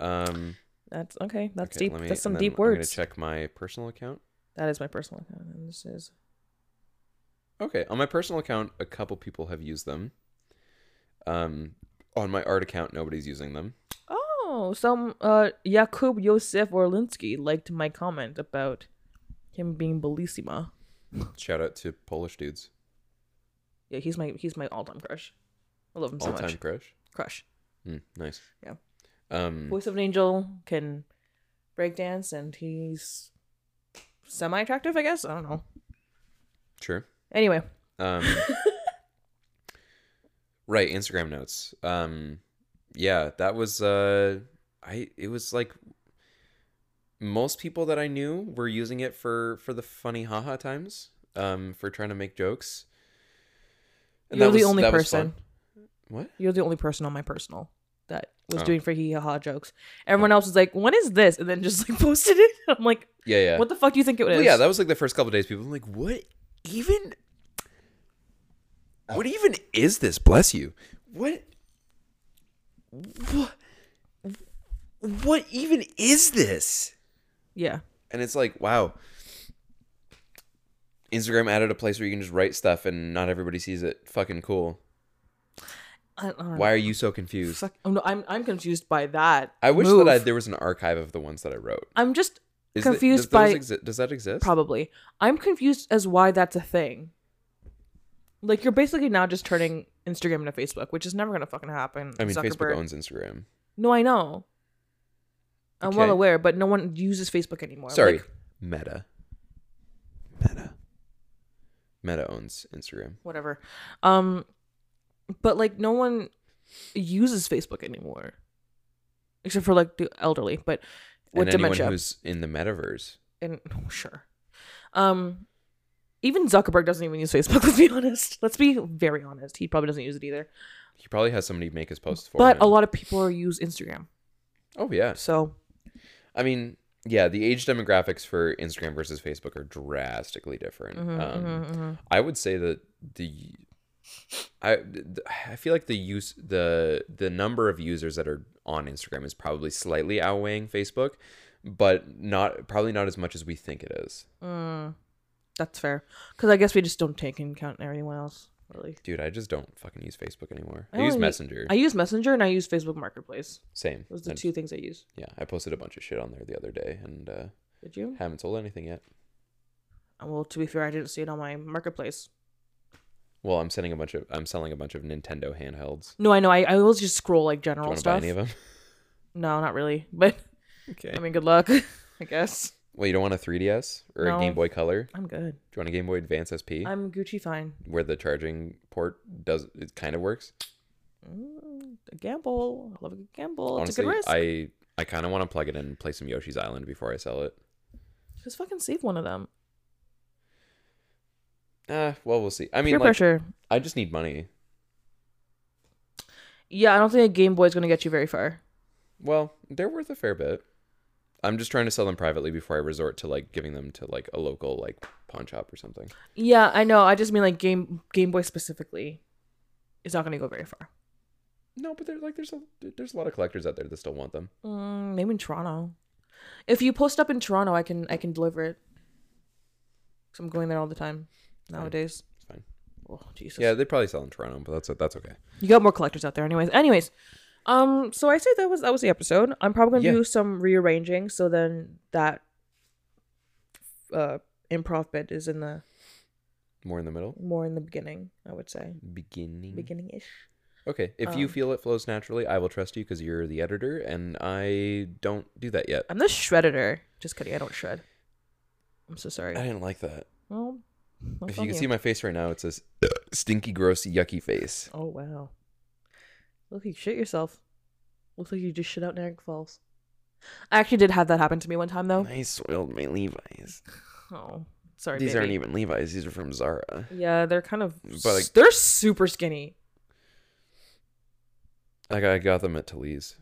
B: Um,
C: That's okay. That's
B: okay,
C: deep.
B: let me-
C: That's some
B: and then
C: deep
B: I'm gonna
C: words.
B: check my personal account.
C: That is my personal account. And this is
B: Okay, on my personal account, a couple people have used them. Um, on my art account, nobody's using them.
C: oh, some uh Jakub Yosef Orlinski liked my comment about him being bellissima.
B: Shout out to Polish dudes.
C: Yeah, he's my he's my all time crush. I love him
B: All
C: so
B: time
C: much.
B: crush.
C: Crush.
B: Mm, nice.
C: Yeah.
B: Um.
C: Voice of an Angel can breakdance and he's semi attractive, I guess. I don't know.
B: Sure.
C: Anyway, [LAUGHS]
B: Um. right. Instagram notes. Um. Yeah, that was. Uh. I. It was like. Most people that I knew were using it for for the funny haha times. Um. For trying to make jokes.
C: You're
B: that
C: the only
B: that
C: person.
B: fun. What?
C: You're the only person on my personal that was
B: Oh.
C: doing freaky haha jokes. Everyone else was like, "When is this?" and then just like [LAUGHS] posted it. I'm like,
B: Yeah. Yeah.
C: "What the fuck do you think it is?"
B: Well, yeah, that was like the first couple of days. People were like, "What even? What even is this? Bless you. What? What? What even is this?
C: Yeah.
B: And it's like, wow. Instagram added a place where you can just write stuff and not everybody sees it. Fucking cool.
C: I, I don't know.
B: Why are you so confused?
C: Fuck. Oh, no, I'm I'm confused by that.
B: I wish
C: move.
B: that I, there was an archive of the ones that I wrote.
C: I'm just
B: Is it- does
C: confused
B: those
C: by
B: exi- does that exist?
C: probably. I'm confused as why that's a thing. Like you're basically now just turning Instagram into Facebook, which is never gonna fucking happen.
B: I mean,
C: Zuckerberg.
B: Facebook owns Instagram.
C: No, I know. I'm
B: Okay.
C: well aware, but no one uses Facebook anymore.
B: Sorry,
C: Like,
B: Meta.
D: Meta.
B: Meta owns Instagram.
C: whatever. Um, but like no one uses Facebook anymore, except for like the elderly. But with
B: and
C: dementia,
B: anyone who's in the metaverse.
C: and [LAUGHS] oh, sure. Um, even Zuckerberg doesn't even use Facebook. [LAUGHS] Let's be honest. Let's be very honest. He probably doesn't use it either.
B: He probably has somebody make his posts for
C: But
B: him.
C: a lot of people use Instagram.
B: Oh yeah.
C: So
B: I mean, yeah, the age demographics for Instagram versus Facebook are drastically different.
C: Mm-hmm,
B: um, I would say that the I I feel like the use the the number of users that are on Instagram is probably slightly outweighing Facebook, but not probably not as much as we think it is.
C: mm, that's fair. Because I guess we just don't take into account anyone else really.
B: Dude, I just don't fucking use Facebook anymore. I,
C: I
B: use
C: only-
B: Messenger.
C: I use Messenger and I use Facebook Marketplace.
B: Same.
C: Those are the
B: I-
C: two things I use.
B: yeah, I posted a bunch of shit on there the other day and uh,
C: Did you? Uh,
B: haven't sold anything yet.
C: Well, to be fair, I didn't see it on my Marketplace.
B: Well, I'm sending a bunch of I'm selling a bunch of Nintendo handhelds.
C: No, I know. I, I always just scroll like
B: Do you
C: general
B: want to buy
C: stuff.
B: any of them? [LAUGHS]
C: No, not really. But
B: Okay.
C: I mean, good luck. [LAUGHS] I guess
B: Well, you don't want a 3DS or a
C: No.
B: Game Boy Color?
C: I'm good.
B: Do you want a Game Boy Advance SP
C: I'm Gucci fine.
B: where the charging port does it kind of works?
C: Mm, a gamble. I love a good gamble. it's a
B: Honestly,
C: good risk.
B: I I kind of want to plug it in and play some Yoshi's Island before I sell it.
C: Just fucking save one of them.
B: Uh, well, we'll see. I
C: Peer
B: mean, like,
C: pressure.
B: I just need money.
C: Yeah, I don't think a Game Boy is gonna get you very far.
B: Well, they're worth a fair bit. I'm just trying to sell them privately before I resort to like giving them to like a local like pawn shop or something.
C: Yeah, I know. I just mean like Game Game Boy specifically is not gonna go very far.
B: No, but they're like there's a there's a lot of collectors out there that still want them.
C: Mm, maybe in Toronto. If you post up in Toronto, I can I can deliver it. Cause I'm going there all the time nowadays.
B: It's fine.
C: Oh Jesus!
B: Yeah, they probably sell in Toronto, but that's that's okay.
C: you got more collectors out there, anyways. Anyways, um, so I say that was that was the episode. I'm probably gonna
B: Yeah.
C: do some rearranging, so then that uh improv bit is in the
B: More in the middle.
C: more in the beginning. I would say
B: Mm-hmm. Beginning.
C: beginning ish.
B: Okay. If
C: um,
B: you feel it flows naturally, I will trust you because you're the editor, and I don't do that yet.
C: I'm the shredditor. Just kidding. I don't shred. I'm so sorry.
B: I didn't like that.
C: well, well,
B: if
C: fuck
B: you can see my face right now, it's this stinky, gross, yucky face.
C: Oh wow. Look, you shit yourself. Looks like you just shit out Niagara Falls. I actually did have that happen to me one time though.
B: I soiled my Levi's.
C: Oh, sorry.
B: These
C: baby.
B: aren't even Levi's. These are from Zara.
C: Yeah, they're kind of.
B: But, like-
C: they're super skinny.
B: Like I got them at Talese.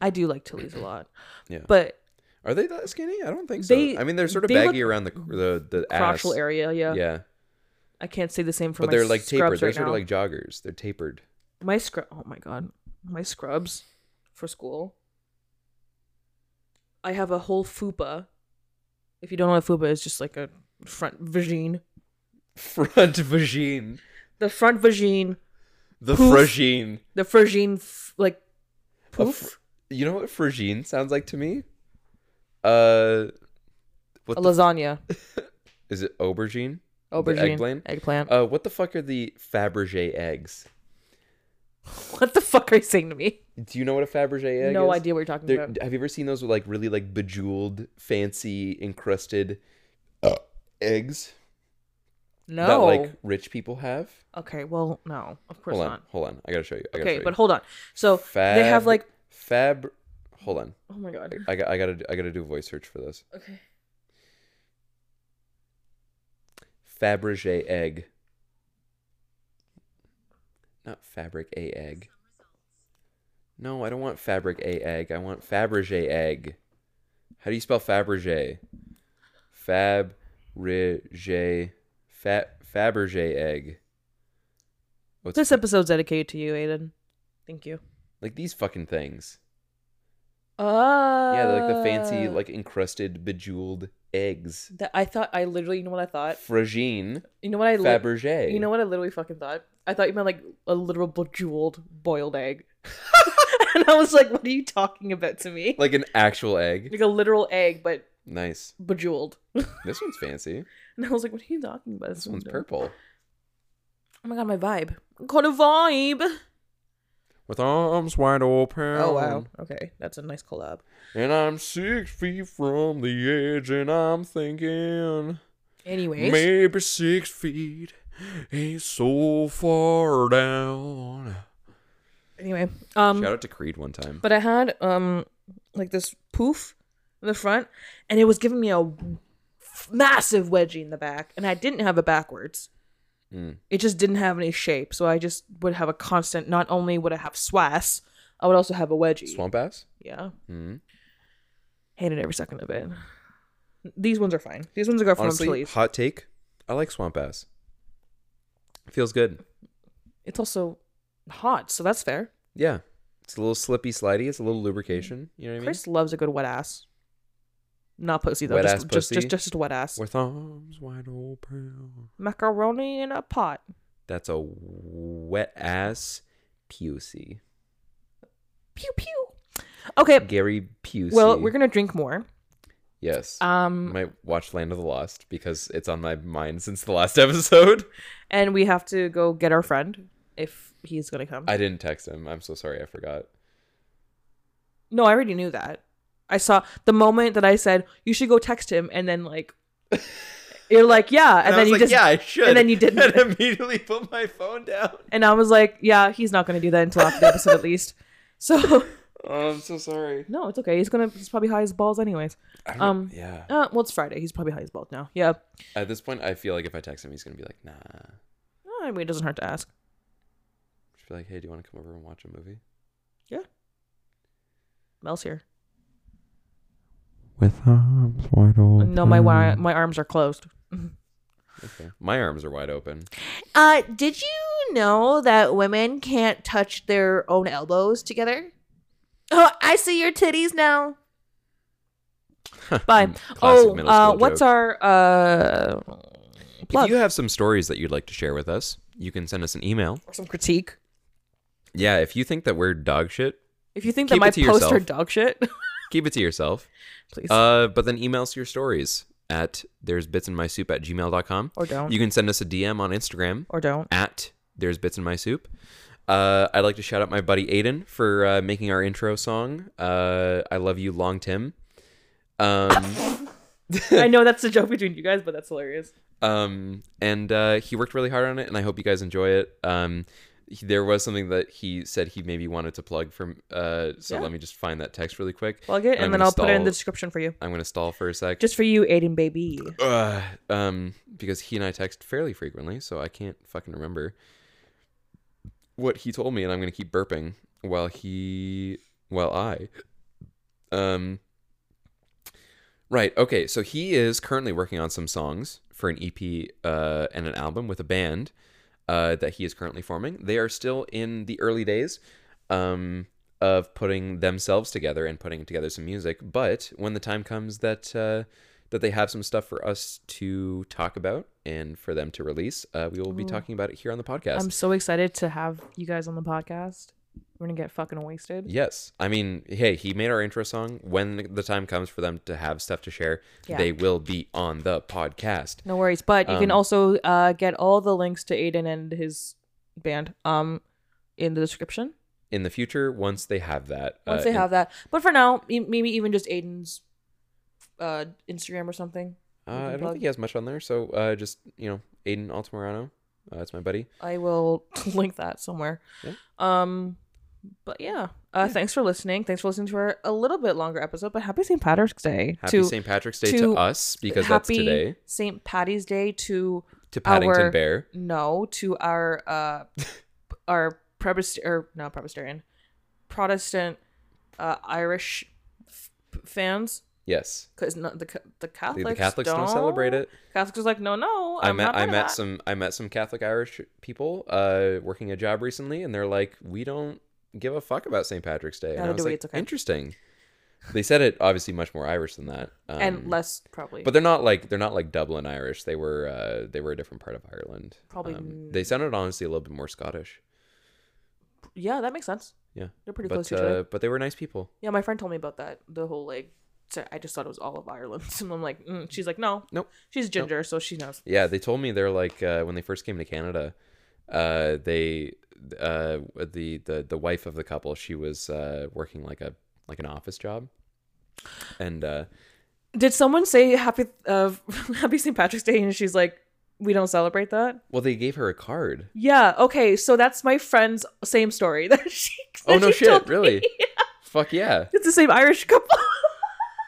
C: I do
B: [CLEARS THROAT]
C: like Tilly's a lot,
B: Yeah.
C: but
B: are they that skinny? I don't think so.
C: They-
B: I mean, they're sort of
C: they look
B: baggy around the the the ass.
C: crotchal area, yeah.
B: Yeah,
C: I can't say the same for
B: but
C: my
B: they're like
C: scrubs
B: tapered. They're
C: right
B: sort
C: now.
B: of like joggers. They're tapered. [LAUGHS]
C: my scrub. Oh my god, my scrubs for school. I have a whole fupa. If you don't know what fupa is, just like a front vagine.
B: Front vagine.
C: The front vagine,
B: The
C: Poof.
B: fragine.
C: the vagine, f- like
B: A
C: poof.
B: fr- you know what fragine sounds like to me? Uh, what
C: a
B: the,
C: lasagna,
B: is it? Aubergine.
C: aubergine,
B: eggplant?
C: eggplant.
B: Uh, what the fuck are the Fabergé eggs?
C: [LAUGHS] what the fuck are you saying to me?
B: Do you know what a Fabergé egg is?
C: no idea what you're talking
B: They're-
C: about.
B: Have you ever seen those with like really like bejeweled, fancy encrusted uh, eggs
C: No.
B: that like rich people have?
C: okay, well, no, of course
B: Hold on,
C: not.
B: hold on. I gotta show you. I gotta
C: Okay,
B: show
C: but
B: you.
C: hold on. So they have
B: Fab-
C: like.
B: fab. Hold on.
C: Oh my god.
B: I got. I gotta. do- I gotta do a voice search for this.
C: Okay.
B: Fabergé egg. Not fabric a egg. No, I don't want fabric a egg. I want Fabergé egg. How do you spell Fabergé? Fab, Fabergé egg. What's
C: This episode's dedicated to you, Aiden. Thank you.
B: like these fucking things.
C: Uh
B: Yeah, they're like the fancy, like encrusted, bejeweled eggs.
C: That I thought I literally you know what I thought?
B: Fragine
C: You know what I li-
B: Fabergé.
C: You know what I literally fucking thought? I thought you meant like a literal bejeweled boiled egg. [LAUGHS] and I was like, what are you talking about to me?
B: Like an actual egg.
C: Like a literal egg, but
B: Nice.
C: bejeweled.
B: This one's fancy.
C: And I was like, what are you talking about?
B: This one's
C: dumb.
B: purple.
C: Oh my god, my vibe. Called a vibe.
B: With arms wide open.
C: Oh wow. Okay. That's a nice collab.
B: And I'm six feet from the edge, and I'm thinking
C: Anyways.
B: maybe six feet ain't so far down.
C: Anyway. Um
B: Shout out to Creed one time.
C: but I had um like this poof in the front, and it was giving me a massive wedgie in the back, and I didn't have it backwards.
B: Mm.
C: It just didn't have any shape, so I just would have a constant. Not only would I have swass, I would also have a wedgie.
B: Swamp ass.
C: Yeah,
B: Mhm.
C: hated every second of it. These ones are fine. These ones are good for them to
B: Honestly,
C: leave.
B: hot take. I like swamp ass. Feels good.
C: It's also hot, so that's fair.
B: Yeah, it's a little slippy, slidey. It's a little lubrication. You know what I mean?
C: Mm-hmm. Chris loves a good wet ass. Not pussy though.
B: Wet
C: just,
B: ass
C: just,
B: pussy?
C: just, just, just wet ass.
B: With arms wide open.
C: Macaroni in a pot.
B: That's a wet ass Pusey.
C: Pew pew. Okay.
B: Gary Pusey.
C: Well, we're gonna drink more.
B: Yes.
C: Um,
B: might watch Land of the Lost because it's on my mind since the last [LAUGHS] episode.
C: and we have to go get our friend if he's gonna come.
B: I didn't text him. I'm so sorry. I forgot.
C: no, I already knew that. I saw the moment that I said you should go text him, and
B: [LAUGHS]
C: then like you're like yeah, and,
B: I
C: then
B: was
C: you
B: like,
C: just
B: yeah, I should.
C: and then you didn't.
B: [LAUGHS] And immediately put my phone down.
C: and I was like yeah, he's not gonna do that until after the episode at least. So [LAUGHS]
B: Oh, I'm so sorry.
C: no, it's okay. He's gonna he's probably high as balls anyways.
B: I don't-
C: Um,
B: yeah.
C: Uh, well, it's Friday. He's probably high as balls now. Yeah,
B: At this point, I feel like if I text him, he's gonna be like, nah.
C: Uh, I mean it doesn't hurt to ask.
B: Just be like, hey, do you want to come over and watch a movie?
C: Mel's here.
D: With arms wide open.
C: No, my wi-
B: um,
C: my arms are closed.
B: Okay. My arms are wide open.
E: Uh, did you know that women can't touch their own elbows together? Oh, I see your titties
B: [LAUGHS]
E: now.
C: Bye.
B: Hmm, Classic
C: oh,
B: middle
C: uh,
B: school
C: what's
B: joke.
C: our uh plug?
B: If you have some stories that you'd like to share with us, you can send us an email.
C: or some critique.
B: Yeah, if you think that we're dog shit,
C: If you think
B: Keep it
C: that my
B: to
C: posts
B: yourself.
C: are dog shit, [LAUGHS]
B: keep it to yourself.
C: please
B: Uh, but then email us your stories at there's bits in my soup at gmail.com.
C: or don't
B: You can send us a DM on Instagram
C: or don't.
B: at there's bits in my soup. Uh, I'd like to shout out my buddy Aiden for uh, making our intro song. Uh, I love you, Long Tim. Um,
C: I know that's a joke between you guys, but that's hilarious.
B: um, and uh, he worked really hard on it, and I hope you guys enjoy it. Um, he- there was something that he said he maybe wanted to plug from. Uh, so
C: Yeah.
B: let me just find that text really quick.
C: Plug it,
B: I'm
C: and then
B: gonna
C: I'll put it in
B: stall-
C: the description for you,
B: I'm gonna stall for a sec.
C: just for you, Aiden baby.
B: Ugh, um, because he and I text fairly frequently, so I can't fucking remember what he told me, and I'm gonna keep burping while he, while I, um, right, okay. So he is currently working on some songs for an EP uh, and an album with a band uh, that he is currently forming. They are still in the early days. Um, of putting themselves together and putting together some music, but when the time comes that uh, that they have some stuff for us to talk about and for them to release. Uh, we will be talking about it here on the podcast.
C: I'm so excited to have you guys on the podcast. We're gonna get fucking wasted.
B: yes. I mean, hey, he made our intro song. When the time comes for them to have stuff to share,
C: Yeah.
B: they will be on the podcast.
C: No worries, but you can
B: Um,
C: also uh, get all the links to Aiden and his band um in the description
B: In the future, once they have that.
C: once
B: uh,
C: they
B: in-
C: have that. But for now, e- maybe even just Aiden's uh Instagram or something.
B: Uh,
C: we can
B: I don't
C: plug.
B: think he has much on there. So uh, just, you know, Aiden Altamirano. Uh, that's my buddy.
C: I will [LAUGHS] link that somewhere.
B: Yeah.
C: Um, but yeah. Uh, Thanks for listening. Thanks for listening to our a little bit longer episode. But happy St. Patrick's Day
B: Happy
C: to
B: St. Patrick's Day to,
C: to-
B: us because that's
C: happy
B: today.
C: St. Patty's Day to
B: To Paddington
C: our-
B: Bear.
C: no to our uh
B: [LAUGHS]
C: our Prebist or no Presbyterian Protestant uh Irish f- fans
B: Yes.
C: because no, the Ca- the
B: The,
C: Catholics,
B: the Catholics don't. celebrate it.
C: Catholics was like, no, no.
B: I
C: I'm
B: met
C: not
B: I
C: part of
B: met
C: that."
B: some I met some Catholic Irish people uh, working a job recently, and they're like, "We don't give a fuck about St. Patrick's Day." And I
C: Neither do
B: was
C: we,
B: like,
C: it's okay.
B: "Interesting." They said it obviously much more Irish than that, um,
C: and less probably.
B: But they're not like they're not like Dublin Irish. They were uh, they were a different part of Ireland. Um,
C: Probably
B: they sounded honestly a little bit more Scottish.
C: yeah, that makes sense.
B: Yeah,
C: They're pretty
B: but,
C: close to each other.
B: uh, But they were nice people.
C: Yeah, my friend told me about that. The whole like, so I just thought it was all of Ireland. [LAUGHS] And I'm like, mm. she's like, no,
B: Nope.
C: she's ginger, so she knows.
B: Yeah, they told me they're like uh, when they first came to Canada, uh, they uh, the the the wife of the couple she was uh, working like a like an office job, and uh,
C: Did someone say happy uh, [LAUGHS] happy St. Patrick's Day? And she's like, we don't celebrate that.
B: well they gave her a card.
C: Yeah. Okay. So that's my friend's same story [LAUGHS] that she.
B: Oh
C: that
B: no
C: she told
B: shit!
C: me.
B: Really? Fuck yeah!
C: [LAUGHS] It's the same Irish couple. [LAUGHS]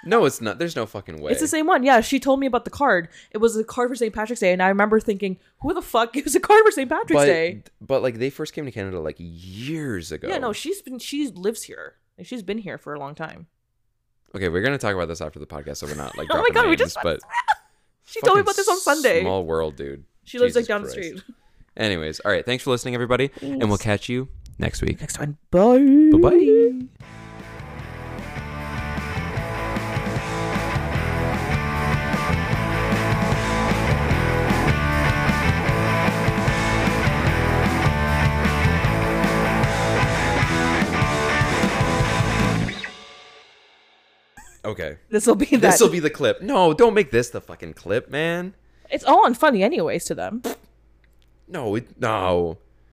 B: No, it's not. There's no fucking way.
C: It's the same one. Yeah, she told me about the card. It was a card for St. Patrick's Day, and I remember thinking, "Who the fuck gives a card for St. Patrick's
B: but,
C: Day?"
B: but like they first came to Canada like years ago.
C: Yeah, no, she's been she lives here. Like, she's been here for a long time. [LAUGHS]
B: Okay, we're gonna talk about this after the podcast, so we're not like.
C: Oh my
B: dropping
C: God, we
B: names,
C: just-
B: But
C: [LAUGHS] She told
B: fucking
C: me about this on Sunday.
B: Small world, dude.
C: she lives like
B: Jesus
C: down
B: Christ.
C: the street. [LAUGHS]
B: Anyways, all right. Thanks for listening, everybody, and we'll catch you next week.
C: Next time, bye.
B: Bye bye. Okay.
C: This will be that.
B: This will be the clip. No, don't make this the fucking clip, man.
C: it's all unfunny, anyways, to them.
B: No, it, no.